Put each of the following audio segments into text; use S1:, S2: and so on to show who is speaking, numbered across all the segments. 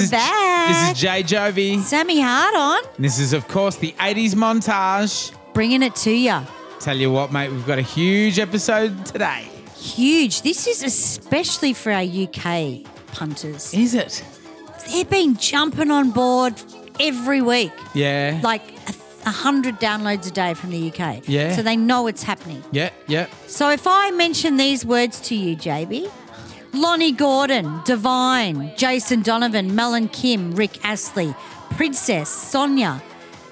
S1: This
S2: back.
S1: is Jay Jovi.
S2: Sammy Hard on,
S1: This is, of course, the 80s montage.
S2: bringing it to you.
S1: Tell you what, mate, we've got a huge episode today.
S2: Huge. This is especially for our UK punters.
S1: Is it?
S2: They've been jumping on board every week,
S1: Yeah.
S2: like a, a hundred downloads a day from the UK.
S1: Yeah.
S2: So they know it's happening.
S1: yeah, yeah.
S2: So if I mention these words to you, JB, Lonnie Gordon, Divine, Jason Donovan, Melon Kim, Rick Astley, Princess, Sonia,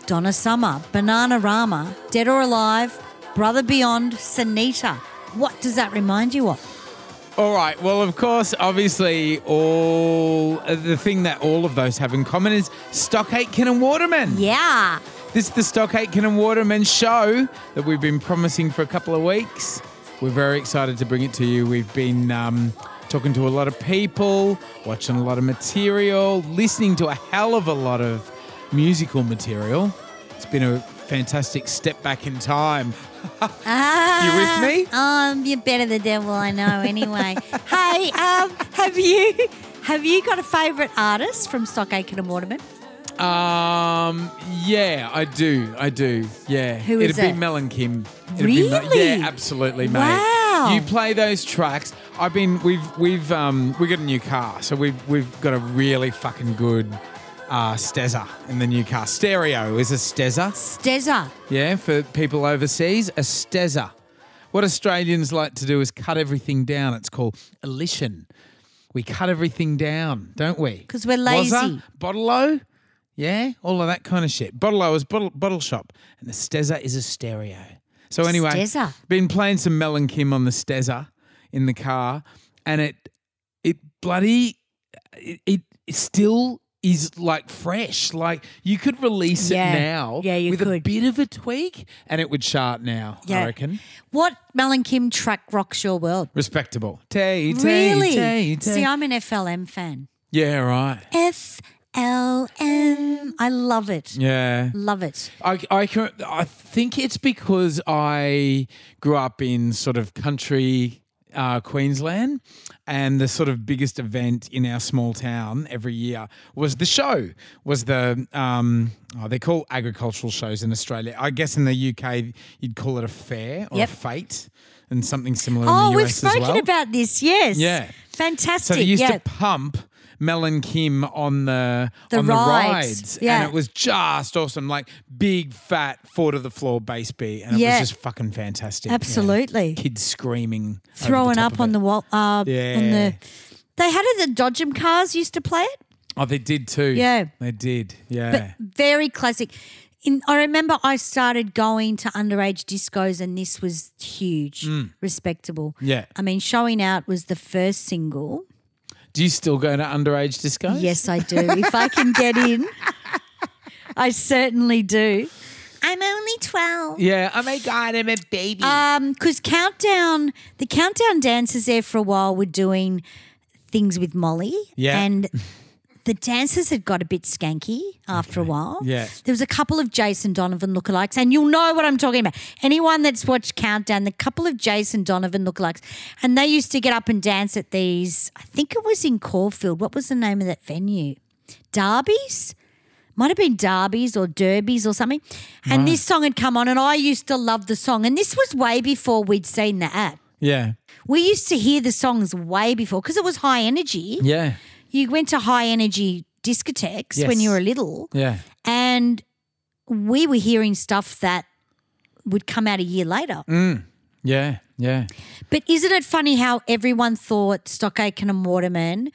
S2: Donna Summer, Banana Rama, Dead or Alive, Brother Beyond, Sanita. What does that remind you of?
S1: All right. Well, of course, obviously, all uh, the thing that all of those have in common is Stock Aitken and Waterman.
S2: Yeah.
S1: This is the Stock Aitken and Waterman show that we've been promising for a couple of weeks. We're very excited to bring it to you. We've been um, talking to a lot of people, watching a lot of material, listening to a hell of a lot of musical material. It's been a fantastic step back in time.
S2: Ah,
S1: You with me?
S2: Um, you're better the devil I know anyway. hey, um, have you have you got a favourite artist from Stock Aitken and Waterman?
S1: Um, yeah, I do. I do. Yeah.
S2: Who
S1: It'd
S2: is
S1: be
S2: it?
S1: Mel and Kim. It'd be Mel-
S2: Really?
S1: yeah, absolutely, mate.
S2: Wow.
S1: You play those tracks. I've been we've we've um we got a new car, so we've we've got a really fucking good uh Stezza in the new car. Stereo is a Stezza.
S2: Stezza.
S1: Yeah, for people overseas, a Stezza. What Australians like to do is cut everything down. It's called elision. We cut everything down, don't we?
S2: 'Cause we're lazy.
S1: Wazza, bottle O, yeah, all of that kind of shit. Bottle O is bottle, bottle shop, and the Stezza is a stereo. So anyway,
S2: Stezza.
S1: been playing some Mel and Kim on the Stezza in the car, and it it bloody it, it, it still is like fresh. Like you could release
S2: Yeah.
S1: it now
S2: Yeah, you
S1: with a
S2: could.
S1: bit of a tweak, and it would chart now. I
S2: Yeah.
S1: reckon
S2: What Mel and Kim track rocks your world?
S1: respectable. Tay, tay,
S2: Really?
S1: tay, tay.
S2: See, I'm an FLM fan.
S1: yeah, right.
S2: FLM. I love it.
S1: Yeah.
S2: Love it.
S1: I, I, can- I think it's because I grew up in sort of country uh, Queensland, and the sort of biggest event in our small town every year was the show. Was the um, oh, they call agricultural shows in Australia. I guess in the UK you'd call it a fair or
S2: Yep.
S1: a fete, and something similar.
S2: Oh,
S1: in the US
S2: we've spoken
S1: as well.
S2: about this. Yes.
S1: Yeah. So
S2: Fantastic.
S1: they used
S2: yeah.
S1: to pump Mel and Kim on the,
S2: The
S1: on
S2: rides,
S1: the rides,
S2: yeah.
S1: and it was just awesome. Like big fat four to the floor bass beat, and it
S2: Yeah.
S1: was just fucking fantastic.
S2: Absolutely.
S1: you know, kids screaming, over
S2: Throwing
S1: the top
S2: up
S1: of
S2: on
S1: it.
S2: the wall. Uh, On
S1: Yeah.
S2: the, they had it. The Dodgem cars used to play it.
S1: Oh, they did too.
S2: Yeah.
S1: they did.
S2: but
S1: Yeah,
S2: very classic. In, I remember I started going to underage discos, and this was huge, respectable.
S1: Mm. Yeah.
S2: I mean, Showing Out was the first single.
S1: do you still go to underage disco?
S2: Yes, I do. if I can get in, I certainly do. I'm only 12.
S1: Yeah. Oh my god, I'm a baby.
S2: Um, 'cause because countdown, the countdown dancers there for a while were doing things with Molly,
S1: Yeah.
S2: and the dancers had got a bit skanky after a while.
S1: Yeah.
S2: there was a couple of Jason Donovan lookalikes, and you'll know what I'm talking about. Anyone that's watched Countdown, the couple of Jason Donovan lookalikes, and they used to get up and dance at these. I think it was in Caulfield. What was the name of that venue? Derby's might have been Derbies or Derbies or something. And this song had come on, and I used to love the song. And this was way before we'd seen the app.
S1: yeah,
S2: We used to hear the songs way before because it was high energy.
S1: yeah,
S2: You went to high energy discotheques when
S1: Yes.
S2: you were little,
S1: yeah.
S2: and we were hearing stuff that would come out a year later.
S1: Mm. Yeah, yeah,
S2: But isn't it funny how everyone thought Stock Aitken and Waterman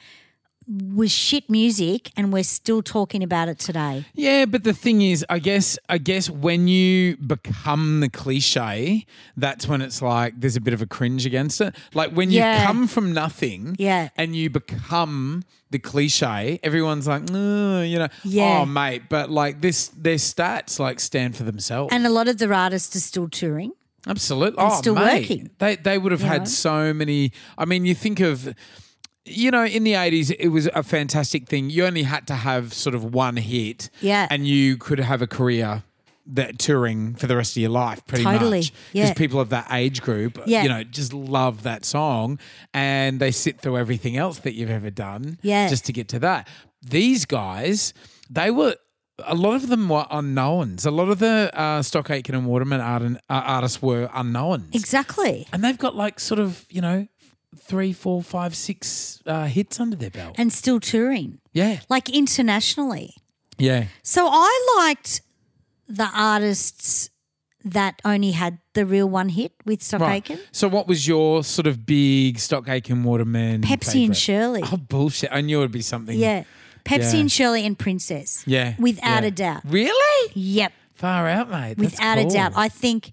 S2: was shit music, and we're still talking about it today?
S1: yeah. But the thing is, I guess, I guess when you become the cliche, that's when it's like there's a bit of a cringe against it. Like when
S2: Yeah.
S1: you come from nothing,
S2: Yeah.
S1: and you become the cliche, everyone's like, "Mm," you know,
S2: Yeah.
S1: oh mate. But like this, their stats like stand for themselves.
S2: And a lot of the artists are still touring.
S1: Absolutely. Oh,
S2: still
S1: mate.
S2: working.
S1: They they would have had so many. I mean, you think of. You know, in the eighties, it was a fantastic thing. You only had to have sort of one hit,
S2: Yeah.
S1: and you could have a career that touring for the rest of your life, pretty
S2: Totally,
S1: much.
S2: yeah.
S1: people of that age group,
S2: Yeah.
S1: you know, just love that song, and they sit through everything else that you've ever done,
S2: Yeah.
S1: just to get to that. these guys, they were a lot of them were unknowns. A lot of the uh, Stock Aitken and Waterman art uh, artists were unknowns,
S2: Exactly.
S1: and they've got like sort of you know three, four, five, six uh, hits under their belt.
S2: And still touring,
S1: yeah,
S2: like internationally.
S1: yeah,
S2: So I liked the artists that only had the real one hit with Stock
S1: right.
S2: Aitken.
S1: So, what was your sort of big Stock Aitken Waterman?
S2: Pepsi
S1: favourite?
S2: and Shirley.
S1: Oh bullshit! I knew it'd be something.
S2: yeah. Pepsi
S1: Mm. Yeah.
S2: and Shirley and Princess.
S1: yeah,
S2: Without
S1: yeah.
S2: a doubt.
S1: Really?
S2: Yep.
S1: Far out, mate. That's
S2: Without a
S1: cool.
S2: doubt. I think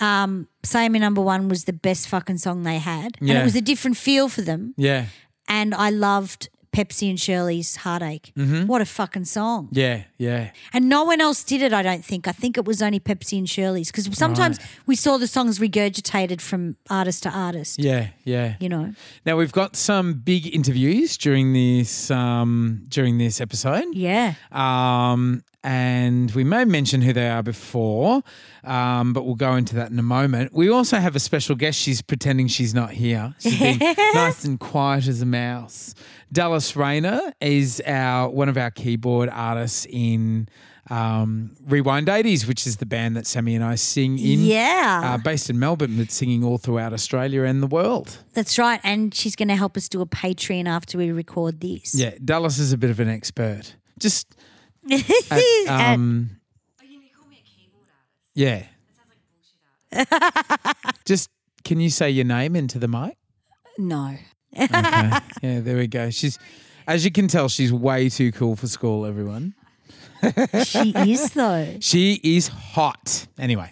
S2: um, Say Me Number One was the best fucking song they had. And
S1: Yeah.
S2: it was a different feel for them.
S1: yeah,
S2: And I loved Pepsi and Shirley's Heartache. What a fucking song.
S1: Mm-hmm. yeah, yeah.
S2: And no one else did it, I don't think. I think it was only Pepsi and Shirley's because sometimes we saw the songs regurgitated from artist to artist,
S1: Yeah, yeah.
S2: you know?
S1: Now we've got some big interviews during this um, during this episode.
S2: Yeah.
S1: Um, and we may mention who they are before, um, but we'll go into that in a moment. We also have a special guest. She's pretending she's not here. She's being nice and quiet as a mouse. Dallas Rayner is our one of our keyboard artists in um, Rewind 80s, which is the band that Sammy and I sing in.
S2: Yeah.
S1: Uh, based in Melbourne, but singing all throughout Australia and the world.
S2: That's right. And she's going to help us do a Patreon after we record this.
S1: Yeah, Dallas is a bit of an expert. Just
S2: At-
S1: um, yeah. Just can you say your name into the mic?
S2: no.
S1: Okay. yeah, there we go. She's, as you can tell, she's way too cool for school. Everyone,
S2: She is, though.
S1: she is hot. Anyway,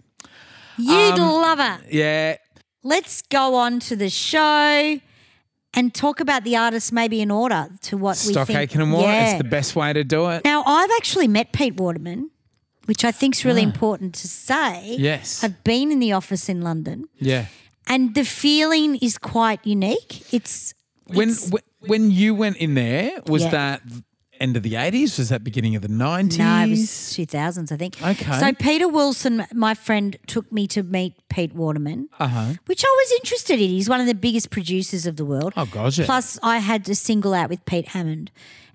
S1: Um,
S2: You'd love her.
S1: yeah,
S2: Let's go on to the show and talk about the artists maybe in order to what we
S1: stock
S2: think.
S1: Aitken and Waterman.
S2: Yeah.
S1: It's the best way to do it.
S2: Now, I've actually met Pete Waterman, which I think's really
S1: Ah.
S2: important to say.
S1: Yes.
S2: I've been in the office in London,
S1: Yeah.
S2: and the feeling is quite unique. It's
S1: When
S2: it's-
S1: when- when you went in there, was
S2: Yeah.
S1: that end of the eighties? Was that beginning of the nineties?
S2: no, it was two thousands, I think.
S1: Okay.
S2: So Peter Wilson, my friend, took me to meet Pete Waterman,
S1: Uh huh.
S2: which I was interested in. He's one of the biggest producers of the world.
S1: Oh gosh. yeah.
S2: Plus, I had a single out with Pete Hammond,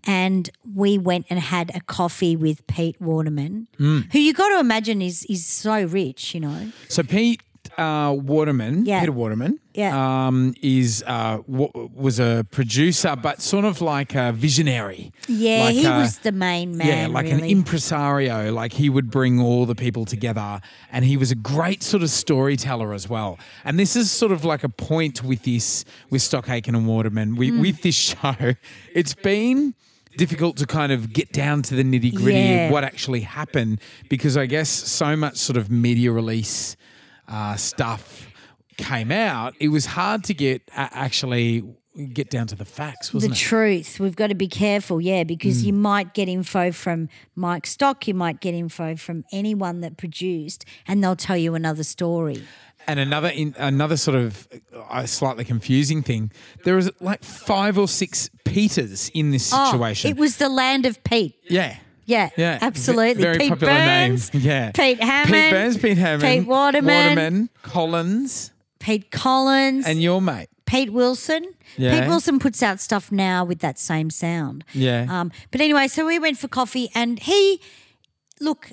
S2: and we went and had a coffee with Pete Waterman,
S1: Mm.
S2: who you got to imagine is is so rich, you know.
S1: So Pete uh, Waterman,
S2: Yeah.
S1: Peter Waterman,
S2: Yeah.
S1: um, is uh, wa- was a producer, but sort of like a visionary.
S2: Yeah,
S1: Like uh,
S2: he
S1: a-
S2: was the main man.
S1: yeah, like an
S2: really.
S1: impresario. Like he would bring all the people together, and he was a great sort of storyteller as well. And this is sort of like a point with this with Stock Aitken and Waterman
S2: Mm.
S1: we, with this show. It's been difficult to kind of get down to the nitty gritty
S2: Yeah.
S1: of what actually happened because I guess so much sort of media release uh, stuff came out. It was hard to get uh, actually get down to the facts,
S2: the
S1: wasn't it? Mm.
S2: truth. We've got to be careful, yeah, because you might get info from Mike Stock, you might get info from anyone that produced, and they'll tell you another story.
S1: And another in, another sort of uh, slightly confusing thing. There was like five or six Peters in this situation.
S2: Oh, it was the land of Pete.
S1: yeah.
S2: Yeah,
S1: Yeah, v-
S2: absolutely.
S1: Very
S2: Pete
S1: popular
S2: Burns,
S1: name. Yeah,
S2: Pete Hammond,
S1: Pete Burns, Pete Hammond,
S2: Pete Waterman.
S1: Waterman, Collins,
S2: Pete Collins,
S1: and your mate.
S2: Pete Wilson.
S1: Yeah.
S2: Pete Wilson puts out stuff now with that same sound.
S1: Yeah.
S2: Um, but anyway, so we went for coffee, and he, look,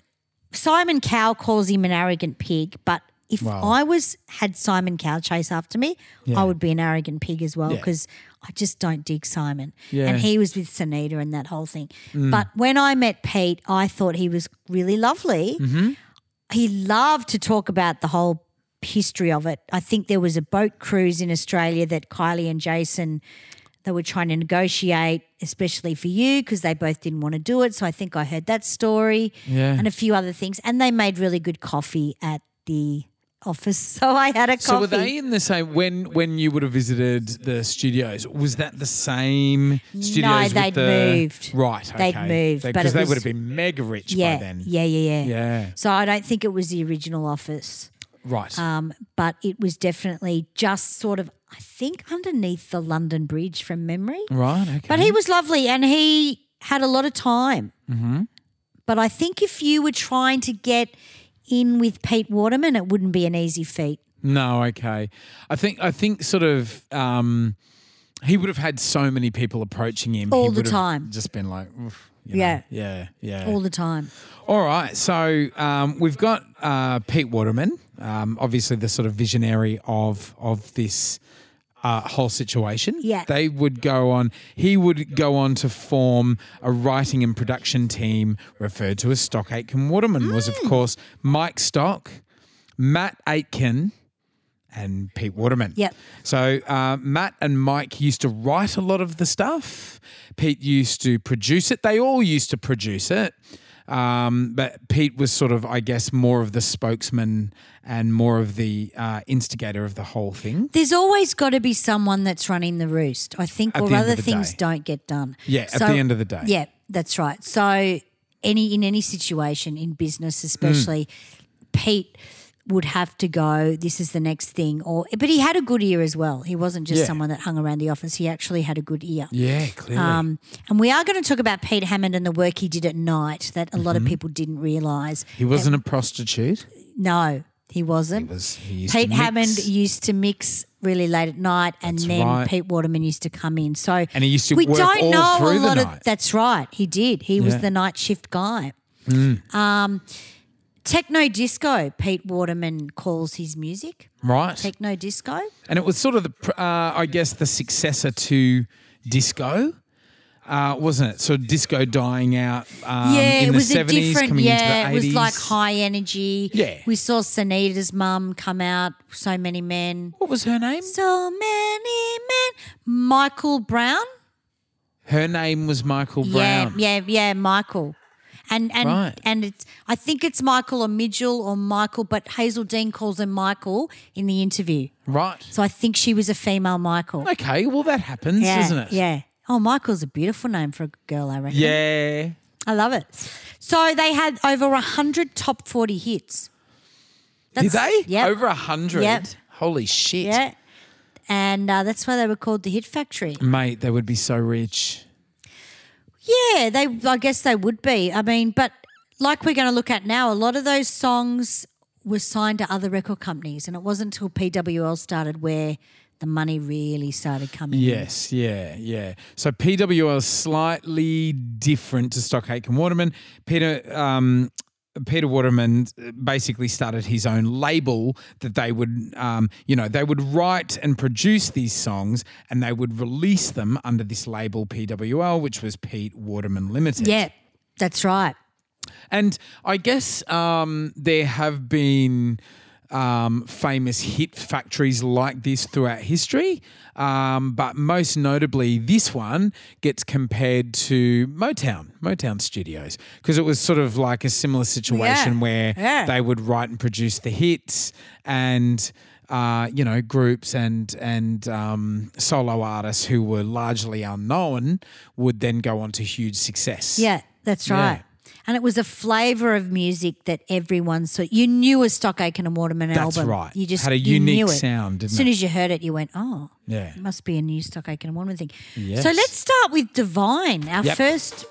S2: Simon Cow calls him an arrogant pig, but if
S1: Wow.
S2: I was had Simon Cow chase after me, I would be an arrogant pig as well
S1: Yeah.
S2: because I just don't dig Simon.
S1: Yeah. Mm.
S2: And he was with Sunita and that whole thing. But when I met Pete, I thought he was really lovely.
S1: Mm-hmm.
S2: He loved to talk about the whole history of it. I think there was a boat cruise in Australia that Kylie and Jason they were trying to negotiate, especially for you, because they both didn't want to do it. So I think I heard that story
S1: Yeah.
S2: and a few other things. And they made really good coffee at the office. So I had a coffee.
S1: So were they in the same when when you would have visited the studios? Was that the same studios? with
S2: they'd
S1: the-
S2: moved.
S1: Right, okay.
S2: They'd moved, but
S1: because
S2: it
S1: they
S2: was-
S1: would have been mega rich
S2: yeah,
S1: by then.
S2: yeah, yeah, yeah.
S1: Yeah.
S2: So I don't think it was the original office,
S1: right.
S2: um, but it was definitely just sort of, I think, underneath the London Bridge from memory.
S1: right, okay.
S2: But he was lovely and he had a lot of time. Mm-hmm. But I think if you were trying to get in with Pete Waterman, it wouldn't be an easy feat.
S1: No, okay. I think I think sort of um, he would have had so many people approaching him
S2: All
S1: He
S2: the
S1: would have
S2: time.
S1: Just been like, Oof, you
S2: Yeah.
S1: know, yeah, yeah.
S2: all the time.
S1: All right. So um, we've got uh, Pete Waterman, um, obviously the sort of visionary of of this uh, whole situation.
S2: Yeah.
S1: They would go on. He would go on to form a writing and production team referred to as Stock Aitken Waterman. Was
S2: Mm.
S1: of course Mike Stock, Matt Aitken. And Pete Waterman.
S2: Yep.
S1: So uh, Matt and Mike used to write a lot of the stuff. Pete used to produce it. They all used to produce it. Um, but Pete was sort of, I guess, more of the spokesman and more of the uh, instigator of the whole thing.
S2: There's always got to be someone that's running the roost, I think,
S1: At
S2: or
S1: the end
S2: other
S1: of the
S2: things
S1: day.
S2: don't get done.
S1: Yeah, at the end of the day.
S2: Yeah, that's right. So any in any situation in business, especially,
S1: Mm.
S2: Pete would have to go. This is the next thing, or but he had a good ear as well. He wasn't just
S1: Yeah.
S2: someone that hung around the office. He actually had a good ear.
S1: Yeah, clearly.
S2: Um, and we are going to talk about Pete Hammond and the work he did at night that a lot
S1: Mm-hmm.
S2: of people didn't realise.
S1: he wasn't a prostitute.
S2: No, he wasn't.
S1: Was he used
S2: Pete
S1: to mix.
S2: Hammond used to mix really late at night, and
S1: That's
S2: then
S1: right.
S2: Pete Waterman used to come in. So
S1: And he used to
S2: we
S1: work
S2: don't
S1: all
S2: know
S1: through
S2: a
S1: the
S2: lot
S1: night.
S2: of. That's right, he did. He was
S1: Yeah. Mm.
S2: the night shift guy. Um, techno disco, Pete Waterman calls his music
S1: Right.
S2: techno disco.
S1: and it was sort of the, pr- uh, I guess, the successor to disco, uh, wasn't it? So disco dying out. Um,
S2: yeah,
S1: in
S2: it
S1: the
S2: was a
S1: 70s,
S2: different.
S1: Coming
S2: Yeah, it
S1: into the 80s.
S2: was like high energy.
S1: Yeah.
S2: we saw Sunita's mum come out. So many men.
S1: What was her name?
S2: So many men. Michael Brown.
S1: Her name was Michael Brown.
S2: Yeah, yeah, yeah, Michael. And and
S1: Right.
S2: and it's I think it's Michael or Midgel or Michael, but Hazel Dean calls him Michael in the interview.
S1: Right.
S2: So I think she was a female Michael.
S1: Okay, well that happens,
S2: yeah,
S1: doesn't it?
S2: Yeah. Oh, Michael's a beautiful name for a girl, I reckon.
S1: Yeah.
S2: I love it. So they had over hundred top forty hits.
S1: Did they?
S2: Yeah.
S1: Over a hundred.
S2: Yep.
S1: Holy shit.
S2: Yeah. And uh, that's why they were called the Hit Factory.
S1: Mate, they would be so rich.
S2: Yeah, they. I guess they would be. I mean, but like we're going to look at now, a lot of those songs were signed to other record companies, and it wasn't until PWL started where the money really started coming. in.
S1: Yes, yeah, yeah. So PWL is slightly different to Stock Aitken Waterman. Peter um, Peter Waterman uh, basically started his own label that they would, um, you know, they would write and produce these songs, and they would release them under this label PWL, which was Pete Waterman Limited.
S2: Yeah, that's right.
S1: And I guess um, there have been um, famous hit factories like this throughout history, um, but most notably, this one gets compared to Motown, Motown Studios, because it was sort of like a similar situation where
S2: yeah.
S1: they would write and produce the hits and. Uh, you know, groups and and um, solo artists who were largely unknown would then go on to huge success.
S2: Yeah, that's right. And it was a flavour of music that everyone saw. You knew a Stock Aitken and Waterman
S1: That's
S2: album.
S1: right.
S2: You just
S1: Had a
S2: you
S1: unique
S2: knew it.
S1: sound, didn't
S2: As soon
S1: it?
S2: as you heard it, you went, "Oh,
S1: Yeah.
S2: it must be a new Stock Aitken and Waterman thing."
S1: Yes.
S2: So let's start with Divine, our
S1: Yep.
S2: first,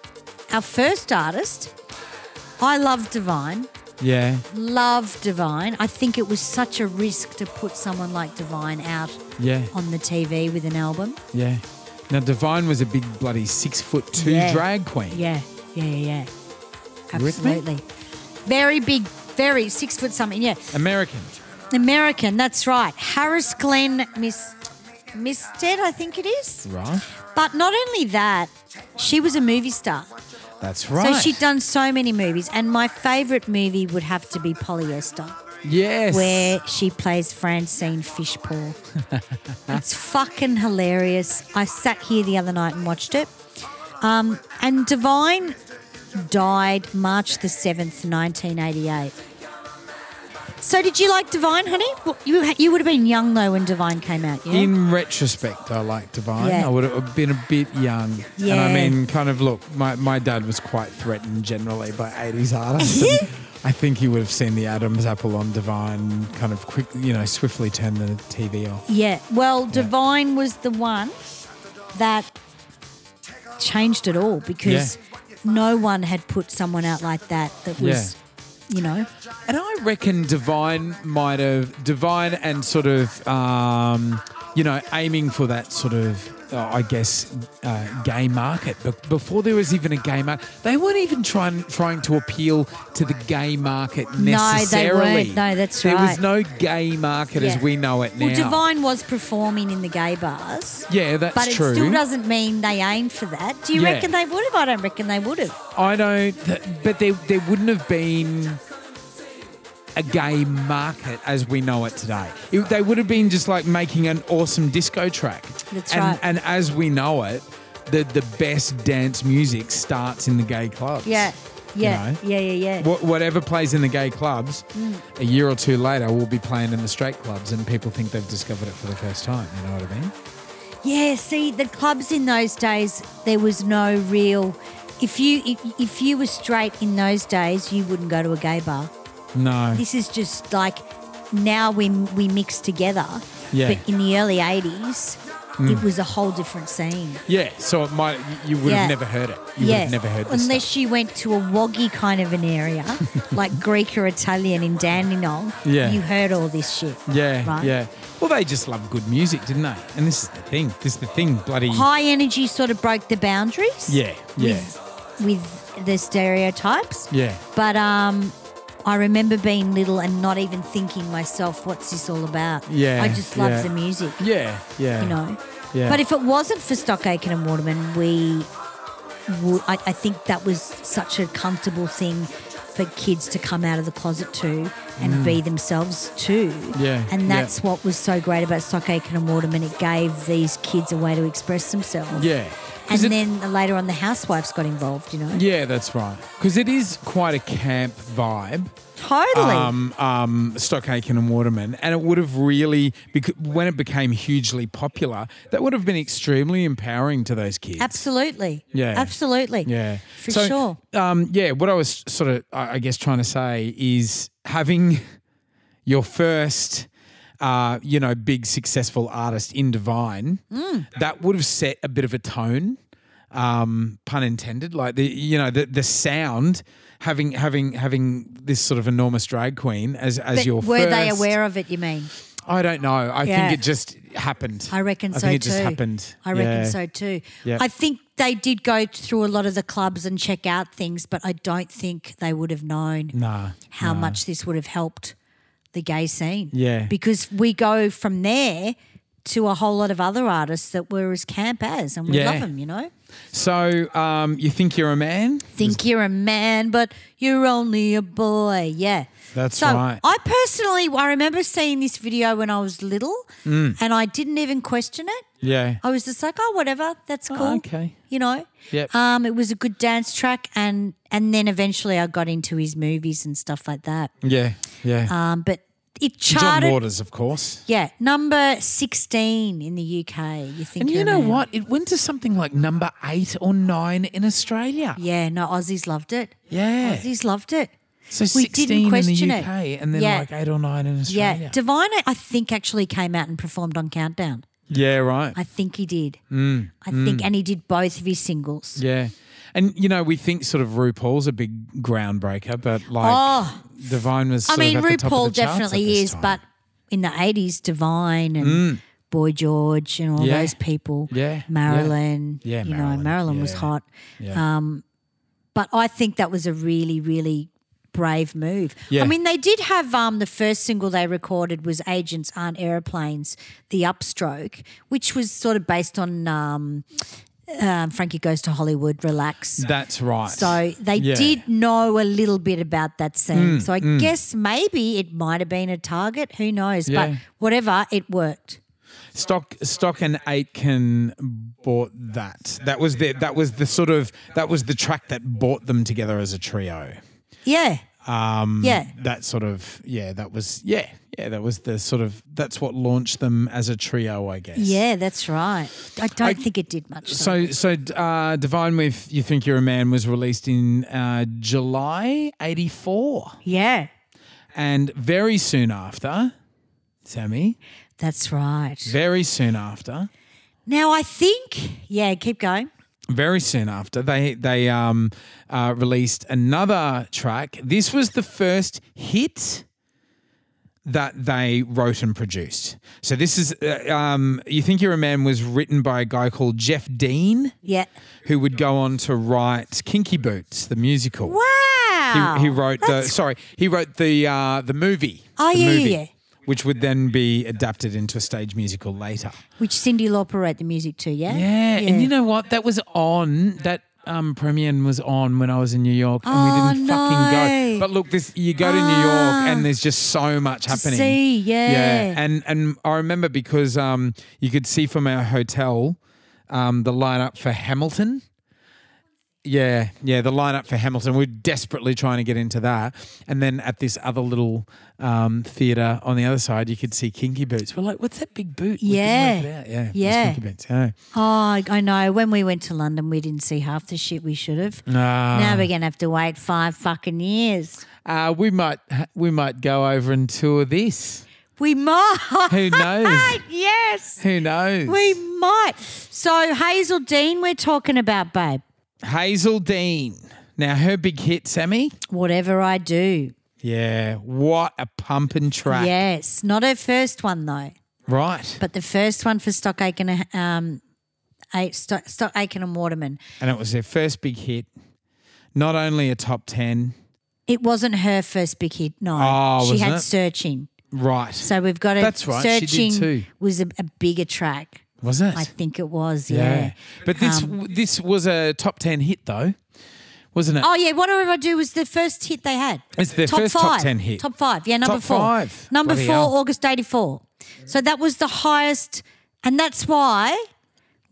S2: our first artist. I love Divine.
S1: Yeah.
S2: Love Divine. I think it was such a risk to put someone like Divine out
S1: Yeah.
S2: on the TV with an album.
S1: Yeah. Now Divine was a big bloody six foot two
S2: Yeah.
S1: drag queen.
S2: Yeah, yeah, yeah. yeah.
S1: me?
S2: Absolutely. Very big, very six foot something. Yeah.
S1: American.
S2: American, that's right. Harris Glenn Miss Miss Ted, I think it is.
S1: Right.
S2: But not only that, she was a movie star.
S1: That's right.
S2: So she'd done so many movies. And my favourite movie would have to be Polyester,
S1: Yes.
S2: where she plays Francine Fishpaw. it's fucking hilarious. I sat here the other night and watched it. Um, and Divine died March the 7th, 1988. So did you like Divine, honey? Well, You, ha- you would have been young though when Divine came out, yeah?
S1: In retrospect, I like Divine.
S2: Yeah.
S1: I would have been a bit young. And I
S2: Yeah.
S1: mean, kind of look, my, my dad was quite threatened generally by 80s artists. and I think he would have seen the Adam's apple on Divine kind of quick, you know, swiftly turn the TV off.
S2: Yeah. Well, Divine was the one that changed it all because no one had put someone out like that that was, you know,
S1: And I reckon Divine might have Divine and sort of um, you know aiming for that sort of uh, I guess, uh, gay market. But before there was even a gay market, they weren't even trying trying to appeal to the gay market
S2: they
S1: necessarily.
S2: weren't. No, that's
S1: there
S2: right.
S1: was no gay market
S2: Yeah.
S1: as we know it now.
S2: Well, Divine was performing in the gay bars.
S1: Yeah, that's
S2: But it
S1: true.
S2: still doesn't mean they aimed for that. Do you
S1: Yeah.
S2: reckon they would have? I don't reckon they would have.
S1: I don't, th- but there there wouldn't have been a gay market as we know it today. It- they would have been just like making an awesome disco track.
S2: That's
S1: and,
S2: right.
S1: And as we know it, the the best dance music starts in the gay clubs.
S2: Yeah, yeah,
S1: You know?
S2: yeah, yeah, yeah.
S1: Wh- whatever plays in the gay clubs,
S2: Mm.
S1: a year or two later, will be playing in the straight clubs, and people think they've discovered it for the first time. You know what I mean?
S2: Yeah, see, the clubs in those days, there was no real. If you if, if you were straight in those days, you wouldn't go to a gay bar.
S1: No.
S2: This is just like now we we mix together.
S1: Yeah. Mm.
S2: But in the early '80s, it was a whole different scene.
S1: Yeah. So it might you would
S2: Yeah.
S1: have never heard it. You would have never heard this.
S2: Unless
S1: stuff.
S2: you went to a woggy kind of an area, like Greek or Italian in Dandenong,
S1: Yeah.
S2: you heard all this shit.
S1: Yeah,
S2: right?
S1: yeah. Well, they just love good music, didn't they? And this is the thing. This is the thing. Bloody
S2: High energy sort of broke the boundaries.
S1: yeah, yeah,
S2: With, with the stereotypes.
S1: yeah,
S2: But um, I remember being little and not even thinking myself, what's this all about?
S1: Yeah,
S2: I just love
S1: yeah.
S2: the music,
S1: yeah, yeah.
S2: you know.
S1: Yeah.
S2: But if it wasn't for Stock Aitken and Waterman, we would, I, I think that was such a comfortable thing for kids to come out of the closet to and be themselves too.
S1: Mm. Yeah,
S2: And
S1: yeah.
S2: that's what was so great about Stock Aitken and Waterman. It gave these kids a way to express themselves.
S1: yeah. 'Cause
S2: And
S1: it-
S2: then later on, the housewives got involved, you know.
S1: yeah, that's right. Because it is quite a camp vibe.
S2: Totally.
S1: Um, um, Stock Aitken and Waterman, and it would have really because when it became hugely popular, that would have been extremely empowering to those kids.
S2: Absolutely.
S1: Yeah.
S2: Absolutely.
S1: Yeah.
S2: For
S1: So,
S2: sure.
S1: Um, yeah, what I was sort of, I I guess, trying to say is having your first, uh, you know, big successful artist in Divine,
S2: Mm.
S1: that would have set a bit of a tone, um, pun intended. Like the, you know, the the sound. Having having having this sort of enormous drag queen as as
S2: But
S1: your
S2: were they
S1: first-
S2: aware of it, you mean?
S1: I don't know. I
S2: Yeah.
S1: think it just happened.
S2: I reckon so
S1: think it
S2: too.
S1: just happened.
S2: I reckon
S1: Yeah.
S2: so too.
S1: Yeah.
S2: I think they did go through a lot of the clubs and check out things, but I don't think they would have known
S1: Nah.
S2: how much this would have helped the gay scene.
S1: Yeah.
S2: Because we go from there to a whole lot of other artists that were as camp as, and we
S1: Yeah.
S2: love 'em, love them, you know?
S1: So um, you think you're a man?
S2: Think you're a man, but you're only a boy. Yeah.
S1: That's
S2: so
S1: right.
S2: I personally, I remember seeing this video when I was little
S1: Mm.
S2: and I didn't even question it.
S1: Yeah.
S2: I was just like, oh, whatever, that's cool.
S1: okay.
S2: You know?
S1: Yep.
S2: Um, it was a good dance track and and then eventually I got into his movies and stuff like that.
S1: Yeah, yeah.
S2: Um, but it
S1: John
S2: charted
S1: Waters, of course.
S2: yeah, number sixteen in the UK. You think
S1: And you
S2: you're a
S1: know
S2: man.
S1: what? It went to something like number eight or nine in Australia.
S2: Yeah, no, Aussies loved it.
S1: Yeah.
S2: Aussies loved it.
S1: So
S2: we didn't
S1: 16 in
S2: question
S1: the
S2: it.
S1: UK and then
S2: Yeah.
S1: like eight or nine in
S2: Yeah,
S1: Australia.
S2: Divine, I think actually came out and performed on Countdown.
S1: Yeah, right.
S2: I think he did.
S1: Mm.
S2: I think, and he did both of his singles.
S1: Yeah. And, you know, we think sort of RuPaul's a big groundbreaker, but like
S2: Oh.
S1: Divine was
S2: I
S1: sort
S2: mean,
S1: of at the top of
S2: RuPaul
S1: the charts at
S2: definitely
S1: this
S2: is,
S1: time. Mm.
S2: but in the eighties, Divine and Boy George and all
S1: Yeah.
S2: those people,
S1: Yeah, yeah.
S2: Marilyn,
S1: Yeah,
S2: you know,
S1: Marilyn,
S2: Marilyn was
S1: yeah.
S2: hot.
S1: Yeah.
S2: Um, but I think that was a really, really brave move.
S1: Yeah.
S2: I mean, they did have um, the first single they recorded was "Agents Aren't Airplanes," the Upstroke, which was sort of based on um, um, Frankie Goes to Hollywood, Relax.
S1: That's right.
S2: So they
S1: Yeah. Mm,
S2: did know a little bit about that scene. so I guess maybe it might have been a target. Who knows?
S1: Yeah.
S2: But whatever, it worked.
S1: Stock Stock and Aitken bought that. That was the that was the sort of that was the track that brought them together as a trio.
S2: Yeah. Um, yeah.
S1: That sort of yeah, that was yeah, yeah, that was the sort of that's what launched them as a trio, I guess.
S2: Yeah, that's right. I don't think it did much. though.
S1: So so uh, Divine with You Think You're a Man was released in uh, July eighty four.
S2: yeah,
S1: And very soon after, Sammy,
S2: that's right.
S1: very soon after
S2: Now I think, yeah, keep going.
S1: very soon after they they um, uh, released another track. This was the first hit that they wrote and produced. So this is uh, um, you think you're a man was written by a guy called Jeff Dean,
S2: Yeah.
S1: who would go on to write Kinky Boots, the musical.
S2: Wow.
S1: He, he wrote the
S2: That's-
S1: sorry, he wrote the uh, the movie.
S2: Oh,
S1: the
S2: yeah, yeah,
S1: movie,
S2: yeah.
S1: Which would then be adapted into a stage musical later.
S2: which Cindy Lauper wrote the music to. Yeah.
S1: Yeah, and you know what? That was on that um, premiere was on when I was in New York, and
S2: Oh,
S1: we didn't fucking
S2: no.
S1: go. But look, this you go to New York, and there's just so much happening.
S2: see, yeah.
S1: and and I remember because um, you could see from our hotel um, the lineup for Hamilton. Yeah, yeah, the lineup for Hamilton. We're desperately trying to get into that, and then at this other little um, theater on the other side, you could see Kinky Boots. We're like, what's that big boot? We couldn't work
S2: Yeah.
S1: it out. yeah, it was
S2: Yeah.
S1: Kinky Boots. Yeah.
S2: Oh, I I know. When we went to London, we didn't see half the shit we should have.
S1: Ah.
S2: Now we're gonna have to wait five fucking years.
S1: Uh, we might we might go over and tour this.
S2: We might.
S1: Who knows?
S2: yes.
S1: Who knows?
S2: We might. So Hazel Dean, we're talking about, babe.
S1: Hazel Dean. Now her big hit, Sammy.
S2: Whatever I do.
S1: Yeah, what a pumping track.
S2: Yes. Not her first one though,
S1: Right.
S2: but the first one for Stock Aiken, um, A- Stock, Stock Aiken and Waterman.
S1: And it was their first big hit. Not only a top ten.
S2: It wasn't her first big hit. No,
S1: Oh,
S2: she
S1: wasn't
S2: had
S1: it?
S2: searching.
S1: Right.
S2: So we've got a
S1: That's right, she did
S2: searching
S1: too.
S2: was a, a bigger track.
S1: was it?
S2: I think it was, yeah.
S1: But this
S2: Um,
S1: this was a top ten hit though, wasn't it?
S2: Oh yeah, whatever I do was the first hit they had.
S1: It's their first top 10 hit.
S2: Top five, yeah, number
S1: Top
S2: four.
S1: five.
S2: Number
S1: Bloody
S2: four,
S1: hell.
S2: August eighty four. So that was the highest, and that's why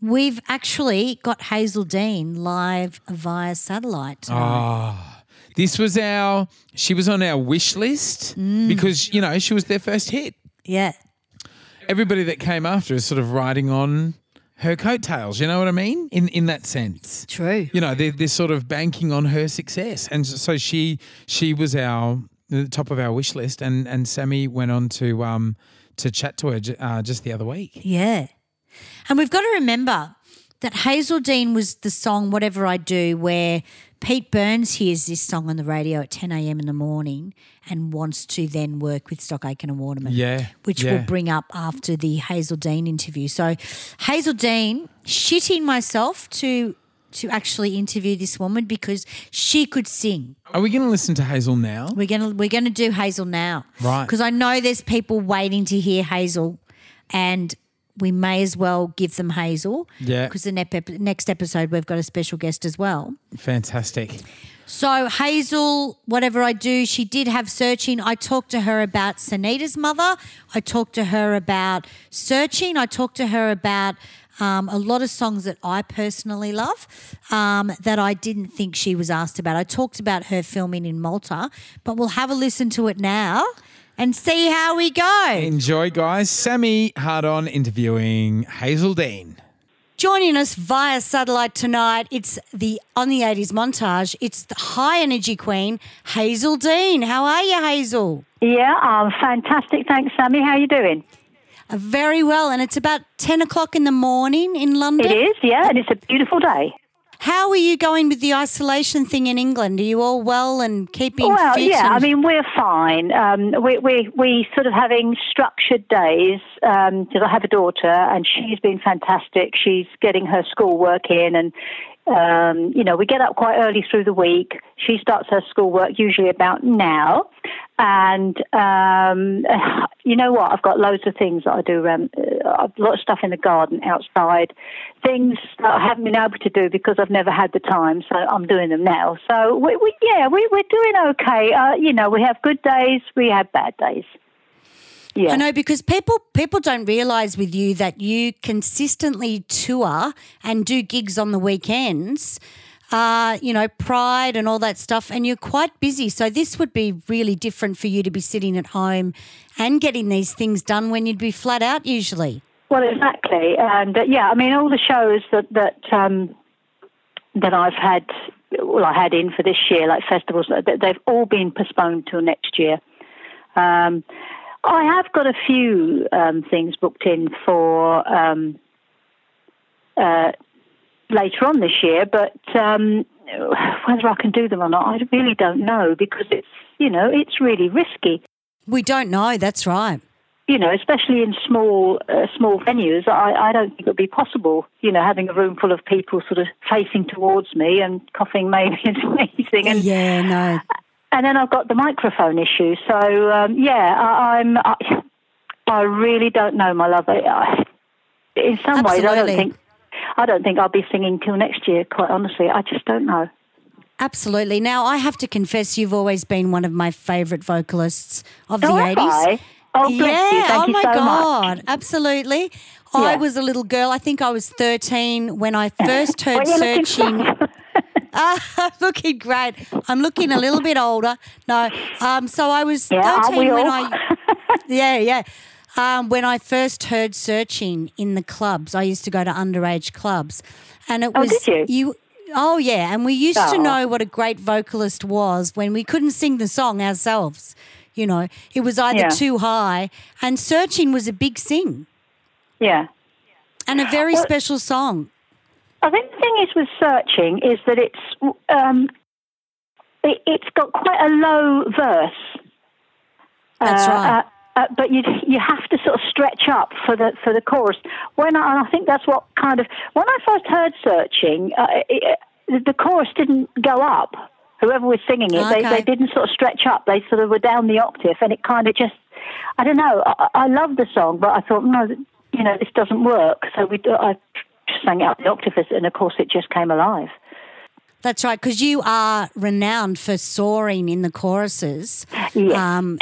S2: we've actually got Hazel Dean live via satellite.
S1: Oh.
S2: tonight.
S1: This was our. She was on our wish list
S2: Mm.
S1: because you know she was their first hit.
S2: Yeah,
S1: everybody that came after is sort of riding on her coattails. You know what I mean? In in that sense,
S2: true.
S1: you know, they're they're sort of banking on her success, and so she she was our the top of our wish list, and and Sammy went on to um to chat to her ju- uh, just the other week.
S2: Yeah. And we've got to remember that Hazel Dean was the song Whatever I Do, where Pete Burns hears this song on the radio at 10 a.m. in the morning and wants to then work with Stock Aiken and Waterman.
S1: Yeah,
S2: Which
S1: yeah.
S2: we'll bring up after the Hazel Dean interview. So, Hazel Dean, shitting myself to. To actually interview this woman because she could sing.
S1: Are we going to listen to Hazel now?
S2: We're gonna we're gonna do Hazel now,
S1: Right.
S2: Because I know there's people waiting to hear Hazel, and we may as well give them Hazel,
S1: Yeah.
S2: Because the nep- ep- next episode we've got a special guest as well.
S1: Fantastic.
S2: So Hazel, whatever I do, she did have searching. I talked to her about Sanita's mother. I talked to her about searching. I talked to her about um, a lot of songs that I personally love um, that I didn't think she was asked about. I talked about her filming in Malta, but we'll have a listen to it now and see how we go.
S1: Enjoy, guys. Sammy hard on interviewing Hazel Dean.
S2: Joining us via satellite tonight, it's the on the 80s montage. It's the high energy queen, Hazel Dean. How are you, Hazel?
S3: Yeah, um, fantastic. Thanks, Sammy. How you doing?
S2: Very well, and it's about 10 o'clock in the morning in London.
S3: It is, yeah, and it's a beautiful day.
S2: How are you going with the isolation thing in England? Are you all well and keeping
S3: Well,
S2: fit?
S3: yeah,
S2: and-
S3: I mean, we're fine. Um, we, we, we sort of having structured days because I have a daughter and she's been fantastic. She's getting her schoolwork in and, um, you know, we get up quite early through the week. She starts her schoolwork usually about now. And um, you know what? I've got loads of things that I do. Um, uh, I've lot of stuff in the garden outside, things that I haven't been able to do because I've never had the time. So I'm doing them now. So we, we yeah, we, we're doing okay. Uh, you know, we have good days, we have bad days. Yeah.
S2: I know because people people don't realise with you that you consistently tour and do gigs on the weekends, uh, you know, Pride and all that stuff, and you're quite busy. So this would be really different for you to be sitting at home and getting these things done when you'd be flat out usually.
S3: Well, exactly, and uh, yeah, I mean, all the shows that that um, that I've had, well, I had in for this year, like festivals, th- they've all been postponed till next year. Um, I have got a few um, things booked in for um, uh, later on this year, but um, whether I can do them or not, I really don't know because it's you know it's really risky.
S2: We don't know. That's right.
S3: you know, especially in small uh, small venues, I, I don't think it would be possible. You know, having a room full of people sort of facing towards me and coughing maybe and sneezing, and
S2: yeah, no.
S3: and then I've got the microphone issue. So um, yeah, I, I'm I, I really don't know, my love. I, I, in some ways, I
S2: Absolutely.
S3: don't think I don't think I'll be singing till next year. Quite honestly, I just don't know.
S2: Absolutely. Now, I have to confess, you've always been one of my favourite vocalists of
S3: Oh,
S2: the
S3: have
S2: 80s.
S3: I? Oh, bless
S2: yeah.
S3: you! Thank
S2: oh
S3: you
S2: my
S3: so
S2: God.
S3: much.
S2: Absolutely.
S3: Yeah.
S2: I was a little girl. I think I was 13 when I first heard
S3: What are you looking
S2: Searching.
S3: for?
S2: I'm looking great. I'm looking a little bit older. No. Um, so I was
S3: Yeah, aren't
S2: 13
S3: we
S2: when
S3: all?
S2: I. Yeah, yeah. Um, when I first heard searching in the clubs, I used to go to underage clubs, and it was
S3: did
S2: you. Oh yeah, and we used to
S3: Oh.
S2: know what a great vocalist was when we couldn't sing the song ourselves. You know, it was either
S3: Yeah.
S2: too high, and searching was a big sing
S3: yeah.
S2: and a very
S3: Well-
S2: special song.
S3: I think the thing is with searching is that it's um, it, it's got quite a low verse.
S2: That's
S3: Uh,
S2: right.
S3: Uh, uh, but you you have to sort of stretch up for the for the chorus. When I, and I think that's what kind of when I first heard searching, uh, it, it- the chorus didn't go up. Whoever was singing it, they,
S2: Okay.
S3: they didn't sort of stretch up. They sort of were down the octave, and it kind of just I don't know. I, I love the song, but I thought no, you know, this doesn't work. So we I sang it up the octave, and of course it just came alive.
S2: That's right, because you are renowned for soaring in the choruses. Um,